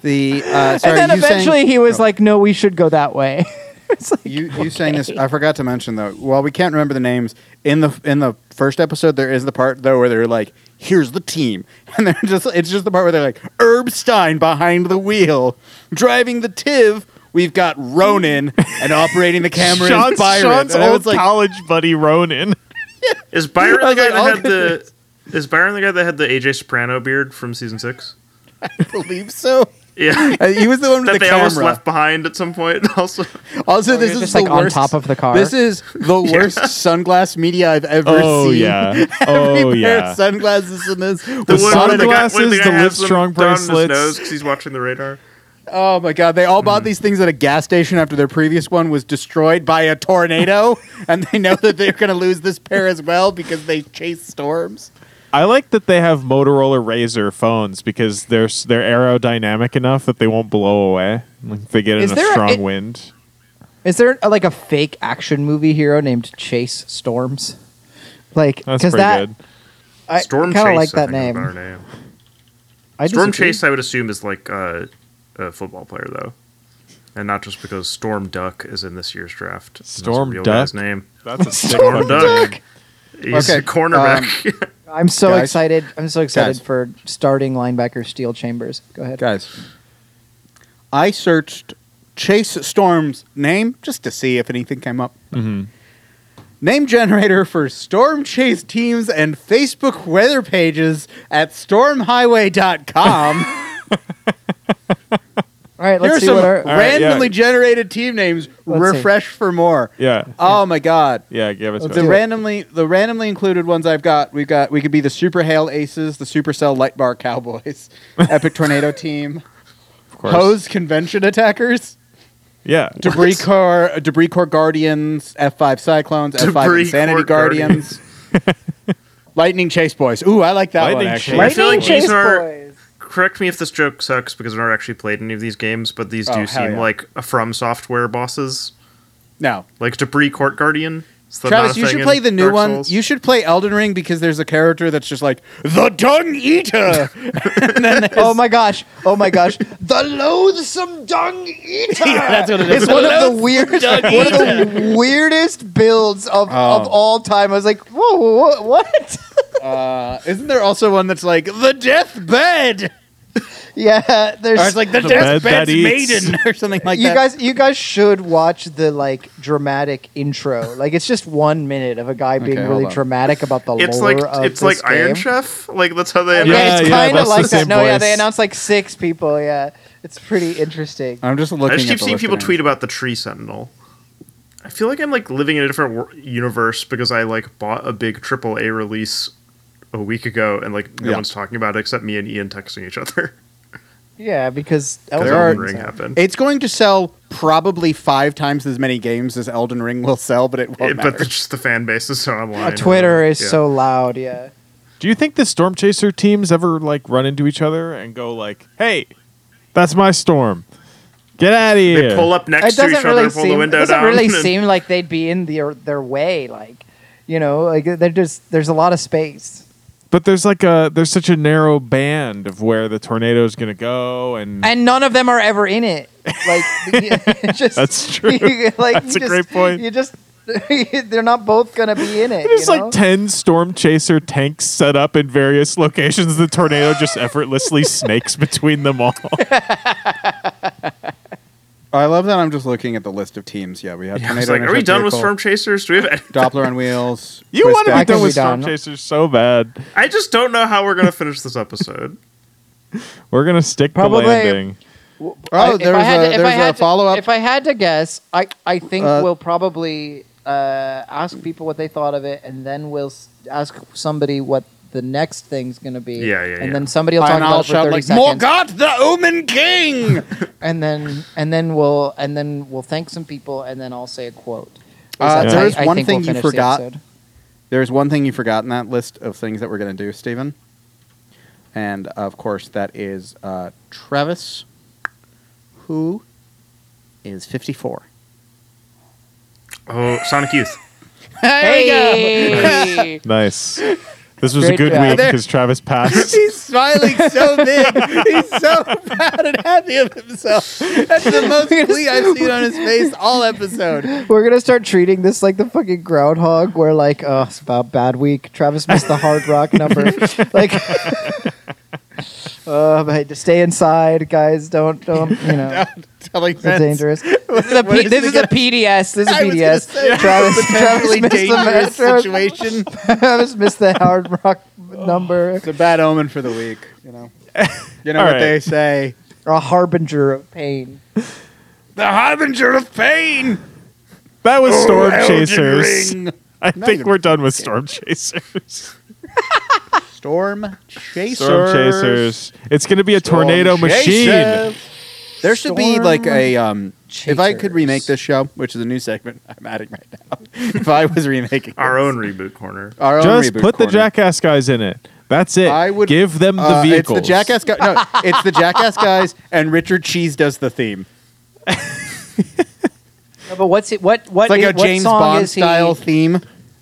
S2: The uh, sorry,
S5: and then eventually he was like, "No, we should go that way." was like,
S2: You you saying this?
S5: okay.
S2: I forgot to mention though. While we can't remember the names in the in the first episode, there is the part though where they're like, "Here's the team," and they're just it's just the part where they're like, "Herb Stein behind the wheel, driving the Tiv." We've got Ronan and operating the camera
S1: Sean's,
S2: is Byron.
S1: Sean's
S2: and I
S1: old
S2: was like,
S1: college buddy Ronan.
S3: Is Byron
S2: I was
S3: the guy
S2: like, all
S3: that had
S2: goodness.
S3: the? Is Byron the guy that had the AJ Soprano beard from season six?
S2: I believe so.
S3: Yeah,
S2: Uh, He was the one with
S3: that
S2: the
S3: they
S2: camera.
S3: almost left behind at some point. Also,
S2: Also, this
S5: It
S2: is
S5: was just
S2: the
S5: like on
S2: worst-
S5: top of the car.
S2: This is the worst sunglass media I've ever
S1: Oh
S2: seen.
S1: yeah.
S2: Every
S1: Oh
S2: pair
S1: yeah.
S2: of sunglasses in this.
S1: The
S2: was
S1: one
S2: solid
S1: with the
S2: black.
S1: glasses, the Livestrong bracelets.
S3: because he's watching the radar.
S2: Oh my god, they all bought these things at a gas station after their previous one was destroyed by a tornado, and they know that they're going to lose this pair as well because they chase storms.
S1: I like that they have Motorola Razor phones because they're s- they're aerodynamic enough that they won't blow away. Like they get
S5: Is
S1: in a
S5: there a-
S1: strong
S5: it-
S1: wind.
S5: Is there a, like a fake action movie hero named Chase Storms? Like,
S1: That's
S5: because
S1: pretty
S5: that
S1: good.
S5: I
S3: Storm
S5: kind of
S3: Chase,
S5: like
S3: I
S5: that
S3: think is a better
S5: name.
S3: name.
S5: I
S3: Storm
S5: disagree.
S3: Chase, I would assume, is like uh, a football player though, and not just because Storm Duck is in this year's draft. and that's a
S1: Storm
S3: real guy's
S1: Duck?
S3: name.
S1: That's a sick
S3: Storm
S1: fucking
S3: Duck.
S1: name.
S3: He's
S2: Okay, um,
S3: a cornerback.
S5: I'm so
S2: Guys.
S5: excited. I'm so excited
S2: Guys.
S5: for starting linebacker Steel Chambers. Go ahead.
S2: Guys, I searched Chase Storm's name just to see if anything came up.
S1: Mm-hmm.
S2: Name generator for storm chase teams and Facebook weather pages at stormhighway.com.
S5: All right, let's
S2: Here are
S5: see
S2: some
S5: what our.
S1: All right, yeah.
S2: randomly generated team names.
S5: Let's see.
S2: refresh for more.
S1: Yeah.
S2: Oh my god.
S1: Yeah, give it to
S2: The
S1: us.
S5: do it.
S2: randomly the randomly included ones I've got, we've got we could be the Super Hail Aces, the Supercell Light Bar Cowboys, Epic Tornado Team,
S1: Of course.
S2: Hose Convention Attackers,
S1: Yeah.
S2: Debris Core Debris Core Guardians, F five Cyclones, F five
S3: Debris
S2: Insanity
S3: Corps
S2: Guardians, Lightning Chase Boys. Ooh, I like that
S1: Lightning
S2: one actually.
S1: Chase.
S3: I feel like
S5: Lightning
S3: these are-
S5: Boys.
S3: Correct me if this joke sucks because I've never actually played any of these games, but these
S2: Oh,
S3: do
S2: hell
S3: seem
S2: yeah.
S3: like a from software bosses,
S2: No.
S3: like Debris Court Guardian. Is that not
S2: Travis,
S3: a
S2: you
S3: thing
S2: should
S3: in
S2: play the new
S3: Dark
S2: one.
S3: Souls?
S2: You should play Elden Ring because there's a character that's just like the Dung Eater. and then there's-
S5: Oh my gosh! Oh my gosh! the loathsome dung eater.
S2: Yeah, that's what it is.
S5: It's one of the weirdest, one of the weirdest builds of, of
S2: Oh.
S5: all time. I was like, whoa, whoa what?
S2: Uh, isn't there also one that's like the Death Bed?
S5: yeah, there's
S2: Or it's like the,
S1: The
S2: Death
S1: bed that
S2: Bed's
S1: eats.
S2: Maiden or something like
S5: you
S2: that.
S5: guys you guys should watch the like dramatic intro like it's just one minute of a guy being
S2: Okay,
S5: really
S2: hold on.
S5: dramatic about the
S3: It's
S5: lore
S3: like
S5: of
S3: it's like
S5: this
S3: Iron
S5: game.
S3: Chef. Like that's how they.
S5: yeah,
S1: Yeah, yeah,
S5: it's kind
S1: that's
S5: of
S1: the
S5: like that
S1: same
S5: no yeah they
S1: voice.
S5: announced like six people yeah it's pretty interesting
S2: I'm just
S3: I
S2: looking. at
S3: just keep
S2: the
S3: seeing
S2: list of
S3: people
S2: names.
S3: tweet about the Tree Sentinel. I feel like I'm like living in a different wor- universe because I like bought a big AAA release a week ago, and like no
S2: Yeah.
S3: one's talking about it except me and Ian texting each other.
S5: yeah because
S3: There
S5: Elden
S2: are-
S3: are
S5: Ring's
S3: ring
S5: out.
S3: happened,
S2: It's going to sell probably five times as many games as Elden Ring will sell, but it won't.
S3: It- but
S2: matter.
S3: the, just the fan base is so online.
S5: uh, Twitter is
S3: Yeah.
S5: so loud yeah
S1: Do you think the storm chaser teams ever like run into each other and go like, "Hey, that's my storm. Get out of here."
S3: They pull up next to
S5: it
S3: each
S5: doesn't
S3: other,
S5: really
S3: and pull
S5: seem
S3: the
S5: it
S3: window
S5: doesn't
S3: down.
S5: really
S3: and-
S5: seem like they'd be in their their way like you know like they're just there's a lot of space
S1: But there's like a there's such a narrow band of where the tornado's gonna go, and
S5: and none of them are ever in it. Like, it's just,
S1: That's true.
S5: like,
S1: That's
S5: you
S1: a great point.
S5: You just they're not both gonna be in it.
S1: there's
S5: you know?
S1: like ten storm chaser tanks set up in various locations. The tornado just effortlessly snakes between them all.
S2: I love that. I'm just looking at the list of teams. Yeah, we have.
S3: I
S2: Tornado
S3: was like, are we
S2: Electric
S3: done with
S2: Vehicle,
S3: Storm Chasers? Do we have? Any-
S2: Doppler on wheels.
S1: You
S2: Twist
S1: want to
S2: Axe.
S1: be
S5: That can
S1: done
S5: be
S1: with storm
S5: done.
S1: chasers so bad.
S3: I just don't know how we're gonna finish this episode.
S1: We're gonna stick
S5: Probably-
S1: to landing.
S2: Oh,
S5: if
S2: there's
S5: I had to-
S2: a
S5: if I
S2: there's a
S5: had to-
S2: follow up.
S5: If I had to guess, I I think
S2: Uh,
S5: we'll probably uh, ask people what they thought of it, and then we'll s- ask somebody what the next thing's gonna be.
S3: Yeah, yeah,
S5: And
S3: yeah.
S5: then somebody will talk
S2: and
S5: about
S2: I'll
S5: it for thirty
S2: shout like,
S5: seconds.
S2: "Morgoth, the Omen King!"
S5: and then and then we'll and then we'll thank some people, and then I'll say a quote.
S2: Uh,
S5: That's
S2: there
S5: how
S2: is one
S5: think
S2: thing
S5: we'll
S2: you
S5: finish the
S2: forgot.
S5: episode.
S2: There's one thing you forgot in that list of things that we're going to do, Stephen. And of course, that is uh, Travis, who is 54.
S3: Oh, Sonic Youth.
S5: Hey!
S1: Nice. This was a
S5: Great
S1: good
S5: job.
S1: week
S2: There-
S1: because Travis passed.
S2: He's smiling so big. He's so proud and happy of himself. That's the most glee I've seen on his face all episode.
S5: We're gonna start treating this like the fucking groundhog, where like, oh, it's about bad week. Travis missed the hard rock number. like, uh, but to stay inside, guys. Don't don't you know.
S2: Telling
S5: It's dangerous. This is a,
S2: What
S5: P-
S2: is
S5: this
S2: it
S5: is a
S2: again?
S5: PDS. This is a
S2: I was gonna
S5: PDS.
S2: say,
S5: Travis, Travis
S2: potentially
S5: missed
S2: dangerous
S5: the
S2: situation.
S5: Travis missed the hard rock number.
S2: It's a bad omen for the week. You know. You know
S1: All
S2: what
S1: right.
S2: they say.
S5: A harbinger of pain.
S3: The harbinger of pain.
S1: That was Storm Chasers.
S2: Oh, Ring.
S1: I
S2: Now
S1: think
S2: you're
S1: we're done with Storm Chasers.
S2: Storm chasers.
S1: Storm Chasers. It's going to be a
S2: Storm
S1: tornado machine.
S2: chasers. There should be like a um, if I could
S5: Chasers.
S2: remake this show, which is a new segment I'm adding right now. if I was remaking
S3: Our
S2: this,
S3: own reboot corner.
S2: our own
S1: Just
S2: reboot
S1: put the
S2: corner.
S1: jackass guys in it. That's it.
S2: I would-
S1: give them the
S2: Uh,
S1: vehicles.
S2: It's the jackass guy. No, it's the jackass guys, and Richard Cheese does the theme.
S5: No, but what's it? What what?
S2: It's like
S5: is-
S2: a
S5: what
S2: James
S5: song
S2: Bond
S5: is he-
S2: style theme.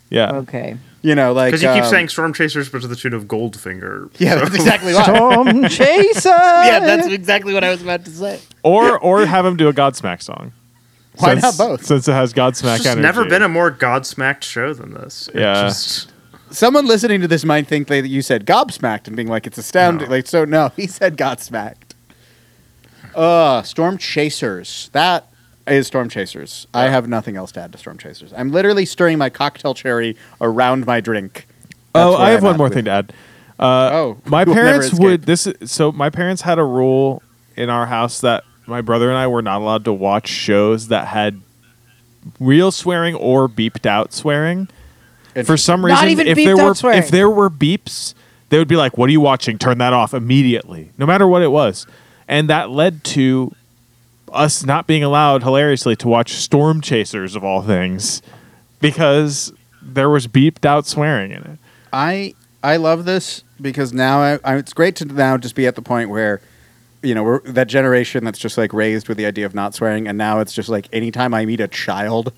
S1: Yeah.
S5: Okay.
S2: You know, like
S3: Because you keep
S2: um,
S3: saying Storm Chasers, but to the tune of Goldfinger.
S2: Yeah,
S3: So-
S2: that's exactly why.
S5: Storm chaser.
S2: yeah, that's exactly what I was about to say.
S1: Or or have them do a Godsmack song.
S2: Why
S1: Since-
S2: not both?
S1: Since it has Godsmack
S3: It's just
S1: energy.
S3: never been a more godsmacked show than this. It
S1: Yeah.
S3: just-
S2: Someone listening to this might think that you said gobsmacked and being like, it's astounding. Like, so no, he said godsmacked. Uh, Storm Chasers. That is Storm Chasers. I have nothing else to add to Storm Chasers. I'm literally stirring my cocktail cherry around my drink.
S1: Oh,
S2: That's where
S1: I have
S2: I'm
S1: one
S2: at
S1: more
S2: with
S1: thing
S2: it.
S1: to add.
S2: oh,
S1: my
S2: we'll never
S1: parents
S2: escape.
S1: would this is- so my parents had a rule in our house that my brother and I were not allowed to watch shows that had real swearing or beeped out swearing. For some
S5: Not
S1: reason,
S5: even
S1: if
S5: beeped
S1: there
S5: out
S1: were
S5: swearing.
S1: if there were beeps, they would be like, "What are you watching? Turn that off immediately, no matter what it was." And that led to us not being allowed hilariously to watch Storm Chasers of all things because there was beeped out swearing in it.
S2: I I love this because now I, I, it's great to now just be at the point where you know we're that generation that's just like raised with the idea of not swearing, and now it's just like anytime I meet a child,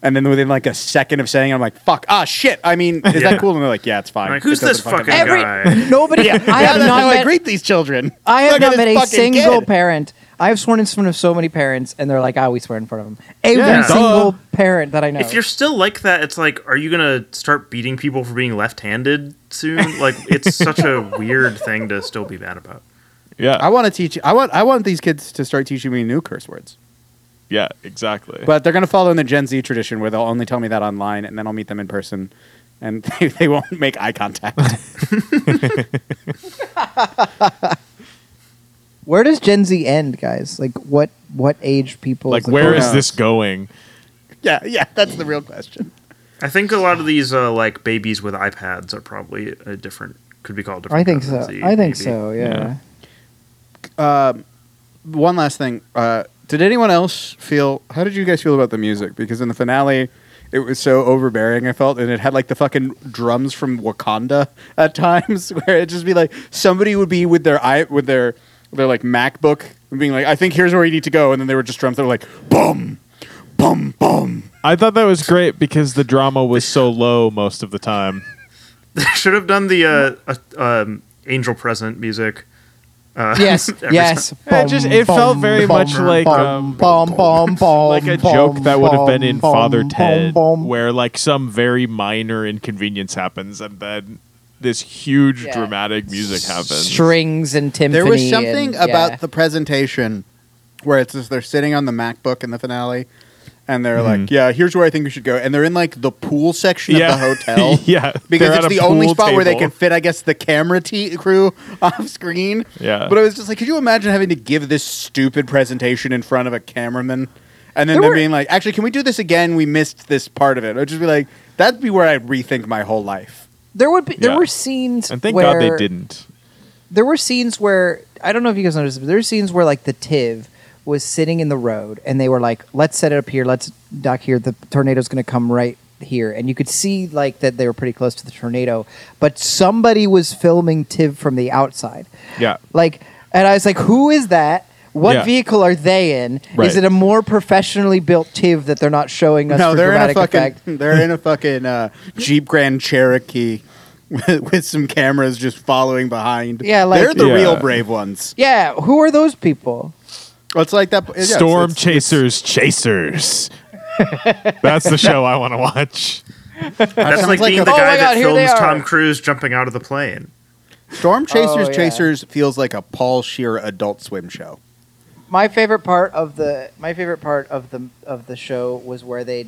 S2: and then within like a second of saying, it, I'm like, "Fuck, ah, shit." I mean, is
S3: Yeah.
S2: that cool? And they're like, "Yeah, it's fine."
S3: Like, who's
S2: It
S3: this
S2: doesn't fucking
S3: fucking
S2: matter."
S5: Every
S3: guy?
S5: nobody. I
S2: Yeah,
S5: have
S2: that's
S5: not
S2: how
S5: met.
S2: I greet these children.
S5: I have
S2: Look at
S5: not
S2: this
S5: met a
S2: fucking
S5: single
S2: kid.
S5: parent. I have sworn in front of so many parents, and they're like, "Ah, we swear in front of them." Every
S1: Yeah. Duh.
S5: single parent that I know.
S3: If you're still like that, it's like, are you gonna start beating people for being left-handed soon? Like, it's such a weird thing to still be mad about.
S1: Yeah,
S2: I want to teach. I want. I want these kids to start teaching me new curse words.
S1: yeah, exactly.
S2: But they're going to follow in the Gen Z tradition where they'll only tell me that online and then I'll meet them in person and they, they won't make eye contact.
S5: Where does Gen Z end, guys? Like, what what age people?
S1: like,
S5: the
S1: where
S5: cool-
S1: is
S2: knows?
S1: this going?
S2: yeah, yeah, that's the real question.
S3: I think a lot of these uh, like babies with iPads are probably a different could be called. a Different
S5: I think
S3: kind of
S5: so.
S3: disease,
S5: I think
S3: maybe.
S5: so. Yeah.
S1: Yeah.
S2: One last thing. Uh, did anyone else feel, how did you guys feel about the music? Because in the finale, it was so overbearing, I felt, and it had like the fucking drums from Wakanda at times, where it'd just be like somebody would be with their eye, with their, their like MacBook, and being like, I think here's where you need to go. And then there were just drums that were like, boom, boom, boom.
S1: I thought that was great because the drama was so low most of the time.
S3: They should have done the uh, uh, um, angel present music. Uh,
S5: Yes.
S3: every
S5: yes.
S3: time.
S1: It just- it felt very much like, um, like a joke that would have been in Father Ted, where like some very minor inconvenience happens, and then this huge
S5: Yeah.
S1: dramatic music happens.
S5: strings and timpani.
S2: There was something
S5: and-
S2: about
S5: yeah.
S2: the presentation where it's just they're sitting on the MacBook in the finale, and they're like, "Yeah, here's where I think we should go," and they're in like the pool section
S1: Mm-hmm. Yeah.
S2: of the hotel.
S1: Yeah,
S2: because
S1: they're at
S2: it's
S1: a
S2: the only
S1: pool
S2: spot where they
S1: table.
S2: can fit, I guess, the camera te- crew off screen.
S1: Yeah.
S2: but I was just like, could you imagine having to give this stupid presentation in front of a cameraman? And then
S5: There
S2: them
S5: were-
S2: being like, actually, can we do this again? We missed this part of it. I'd just be like, that'd be where I'd rethink my whole life.
S5: there would be there
S1: Yeah.
S5: were scenes
S1: and thank
S5: where,
S1: God they didn't.
S5: there were scenes where I don't know if you guys noticed, but there were scenes where like the Tiv was sitting in the road and they were like, "Let's set it up here. Let's dock here. The tornado's going to come right here." And you could see like that they were pretty close to the tornado, but somebody was filming Tiv from the outside.
S1: Yeah,
S5: Like, and I was like, "Who is that?" What
S1: Yeah.
S5: vehicle are they in?
S1: Right.
S5: Is it a more professionally built Tiv that they're not showing us
S2: No,
S5: for
S2: they're in a
S5: dramatic
S2: fucking
S5: effect?
S2: they're in a fucking uh, Jeep Grand Cherokee with, with some cameras just following behind.
S5: Yeah, like-
S2: they're the
S1: Yeah.
S2: real brave ones.
S5: Yeah, who are those people?
S2: Well, it's like that yeah, it's-
S1: Storm
S2: it's-
S1: Chasers, Chasers. That's the show I want to watch.
S3: That's
S2: sounds
S3: like
S2: like
S3: being
S2: a-
S3: the
S5: Oh my
S3: guy
S5: God,
S3: that
S5: here they
S3: films
S5: are.
S3: Tom Cruise jumping out of the plane.
S2: Storm Chasers
S5: Oh, yeah.
S2: Chasers feels like a Paul Shear Adult Swim show.
S5: My favorite part of the my favorite part of the of the show was where they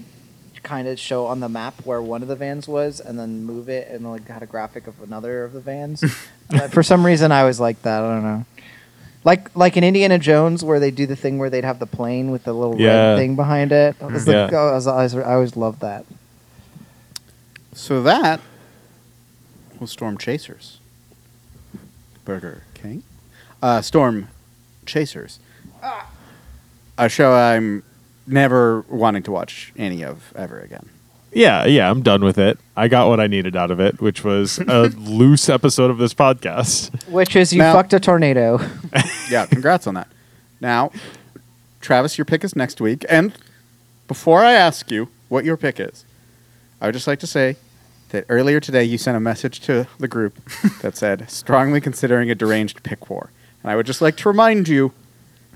S5: kind of show on the map where one of the vans was and then move it and like had a graphic of another of the vans. But for some reason I was like that, I don't know. Like like in Indiana Jones where they do the thing where they'd have the plane with the little
S1: Yeah.
S5: red thing behind it. I was like,
S1: Yeah.
S5: oh, I, was, I, was, I always loved that.
S2: So that was Storm Chasers. Burger King. Uh, Storm Chasers. A show I'm never wanting to watch any of ever again.
S1: Yeah, yeah, I'm done with it. I got what I needed out of it, which was a loose episode of this podcast.
S5: Which is you
S2: Now-
S5: fucked a tornado.
S2: Yeah, congrats on that. Now, Travis, your pick is next week. And before I ask you what your pick is, I would just like to say that earlier today you sent a message to the group that said, strongly considering a deranged pick war. And I would just like to remind you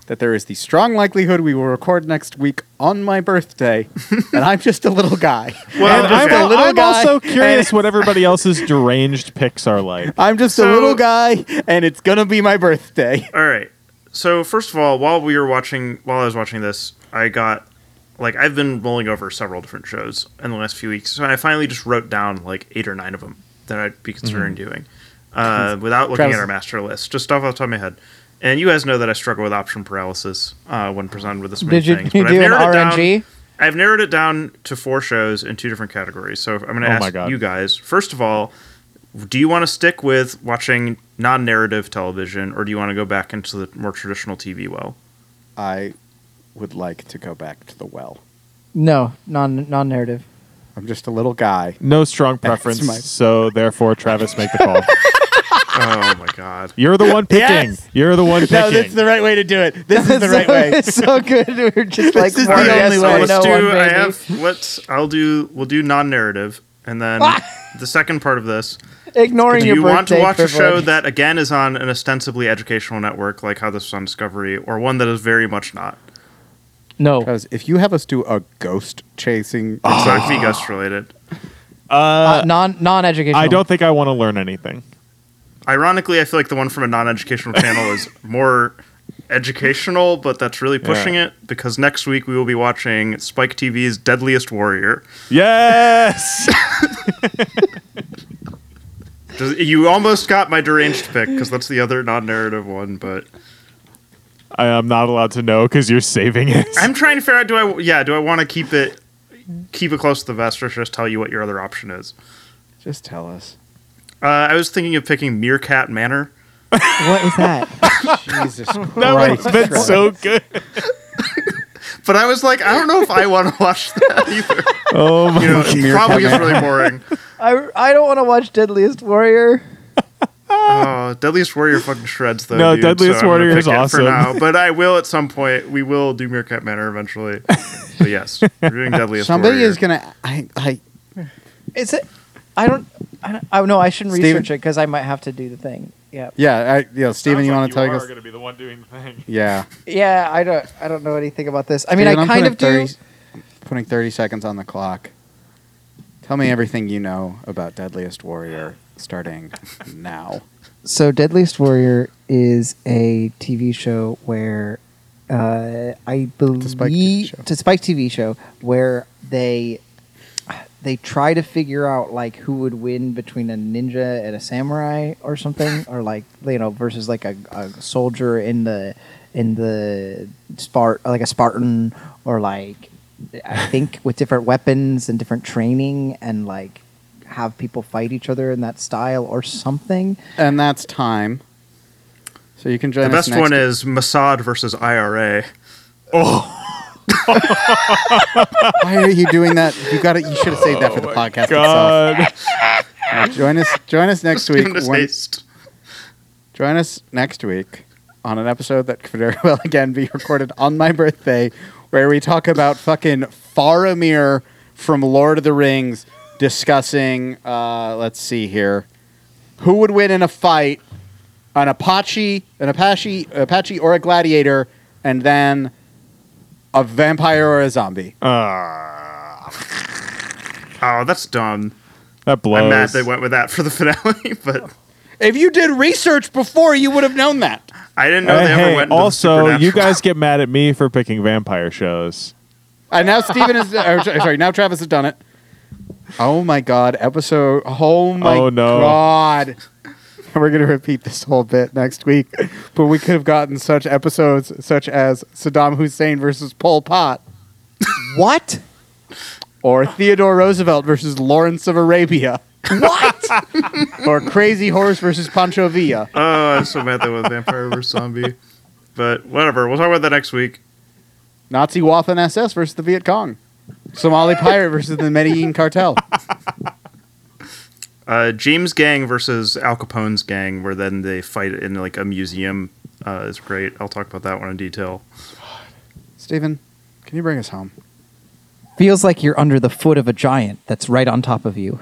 S2: that there is the strong likelihood we will record next week on my birthday, and I'm just a little guy.
S3: Well,
S2: I'm just
S1: I'm,
S3: okay.
S2: a little
S1: I'm
S2: guy,
S1: also
S2: and-
S1: curious what everybody else's deranged picks are like.
S2: I'm just a
S3: So-
S2: little guy, and it's gonna be my birthday.
S3: All right. So first of all, while we were watching, while I was watching this, I got like I've been rolling over several different shows in the last few weeks, so I finally just wrote down like eight or nine of them that I'd
S5: Mm-hmm.
S3: be considering doing uh, without looking
S2: Travis-
S3: at our master list, just off the top of my head. And you guys know that I struggle with option paralysis uh, when presented with this many
S5: Did you,
S3: things.
S5: you
S3: but I've
S5: do an
S3: narrowed it down-
S5: RNG?
S3: I've narrowed it down to four shows in two different categories. So I'm going to
S1: Oh my
S3: ask
S1: God.
S3: you guys. First of all, do you want to stick with watching non-narrative television, or do you want to go back into the more traditional TV well?
S2: I would like to go back to the well.
S5: No, non non narrative.
S2: I'm just a little guy.
S1: No strong
S2: That's
S1: preference,
S2: my-
S1: so therefore, Travis, make the call.
S3: oh my God!
S1: You're the one picking.
S2: Yes.
S1: You're the one picking.
S2: No, that's the right way to do it. This is the
S5: so,
S2: right way.
S5: It's so good. We're just like
S2: This is
S5: one
S2: the
S5: yes,
S2: only
S3: so
S2: way.
S5: one,
S3: let's
S5: no
S3: do.
S5: one,
S3: I
S5: baby.
S3: have. Let's. I'll do. We'll do non-narrative, and then the second part of this.
S5: ignoring
S3: Do
S5: your
S3: you
S5: birthday
S3: want to watch a show
S5: privilege.
S3: that again is on an ostensibly educational network, like how this was on Discovery, or one that is very much not?
S5: no
S2: Because if you have us do a ghost chasing,
S3: It's not gonna be ghost related.
S5: uh, non non educational.
S1: I don't think I want to learn anything.
S3: Ironically, I feel like the one from a non-educational channel is more educational, but that's really pushing
S1: Yeah.
S3: it because next week we will be watching Spike TV's Deadliest Warrior.
S1: Yes.
S3: Does- You almost got my deranged pick because that's the other non-narrative one, but
S1: I am not allowed to know because you're saving it.
S3: I'm trying to figure out do I yeah do I want to keep it keep it close to the vest or should I just tell you what your other option is?
S2: just tell us.
S3: Uh, I was thinking of picking Meerkat Manor.
S5: What is that?
S2: Jesus
S1: that
S2: Christ!
S1: would've been so good.
S3: But I was like, I don't know if I want to watch that either.
S1: Oh my!
S3: You know, it probably is really boring.
S5: I I don't want to watch Deadliest Warrior.
S3: Oh, Deadliest Warrior fucking shreds though.
S1: No,
S3: dude,
S1: Deadliest
S3: I'm gonna
S1: Warrior
S3: pick
S1: is
S3: it
S1: awesome.
S3: For now, but I will at some point. We will do Meerkat Manor eventually. but yes, we're doing Deadliest
S2: Somebody
S3: Warrior.
S2: is gonna. I, I
S5: Is it? I don't. I don't. I, no, I shouldn't
S2: Steven-
S5: research it because I might have to do the thing. Yeah.
S2: yeah, I, yeah. Steven, you want to tell us?
S1: to be the one doing the thing.
S2: yeah.
S5: Yeah. I don't. I don't know anything about this. I mean,
S2: Steven,
S5: I
S2: I'm
S5: kind
S2: putting
S5: of do.
S2: 30 Putting thirty seconds on the clock. Tell me everything you know about Deadliest Warrior, starting now.
S5: So, Deadliest Warrior is a TV show where uh, I believe
S2: Spike TV show.
S5: it's a Spike TV show where they they try to figure out like who would win between a ninja and a samurai or something, or like you know versus like a, a soldier in the in the Spart like a Spartan or like I think with different weapons and different training and like have people fight each other in that style or something.
S2: And that's time. So you can join
S3: The
S2: us
S3: best
S2: next
S3: one is Mossad versus IRA.
S2: Why are you doing that? You got it. You should have saved that for the podcast itself.
S1: God.
S2: Uh, Join us. Join us next week.
S3: Goodness
S2: when-
S3: haste.
S2: join us next week on an episode that could very well again be recorded on my birthday, where we talk about fucking Faramir from Lord of the Rings, discussing. Uh, let's see here. Who would win in a fight? An Apache, an Apache, Apache, or a gladiator, and then a vampire or a zombie.
S3: Oh, that's dumb.
S1: That blows.
S3: I'm mad they went with that for the finale, but
S2: If you did research before, you would have known that.
S3: I didn't know
S1: Uh,
S3: they ever
S1: hey,
S3: went. into the
S1: also, you
S3: supernatural.
S1: guys get mad at me for picking vampire shows.
S2: And now Steven is or, sorry. Now Travis has done it. Oh my god! Episode. Oh my
S1: Oh, no.
S2: god! We're gonna repeat this whole bit next week, but we could have gotten such episodes such as Saddam Hussein versus Pol Pot,
S5: What?
S2: or Theodore Roosevelt versus Lawrence of Arabia,
S5: What?
S2: or Crazy Horse versus Pancho Villa.
S3: Oh, I'm so mad they went vampire versus zombie. But whatever, we'll talk about that next week.
S2: Nazi Waffen SS versus the Viet Cong, Somali pirate versus the Medellin cartel.
S3: Uh, James Gang versus Al Capone's gang, where then they fight in like a museum. Uh, is great. I'll talk about that one in detail.
S2: Steven, can you bring us home?
S5: Feels like you're under the foot of a giant that's right on top of you.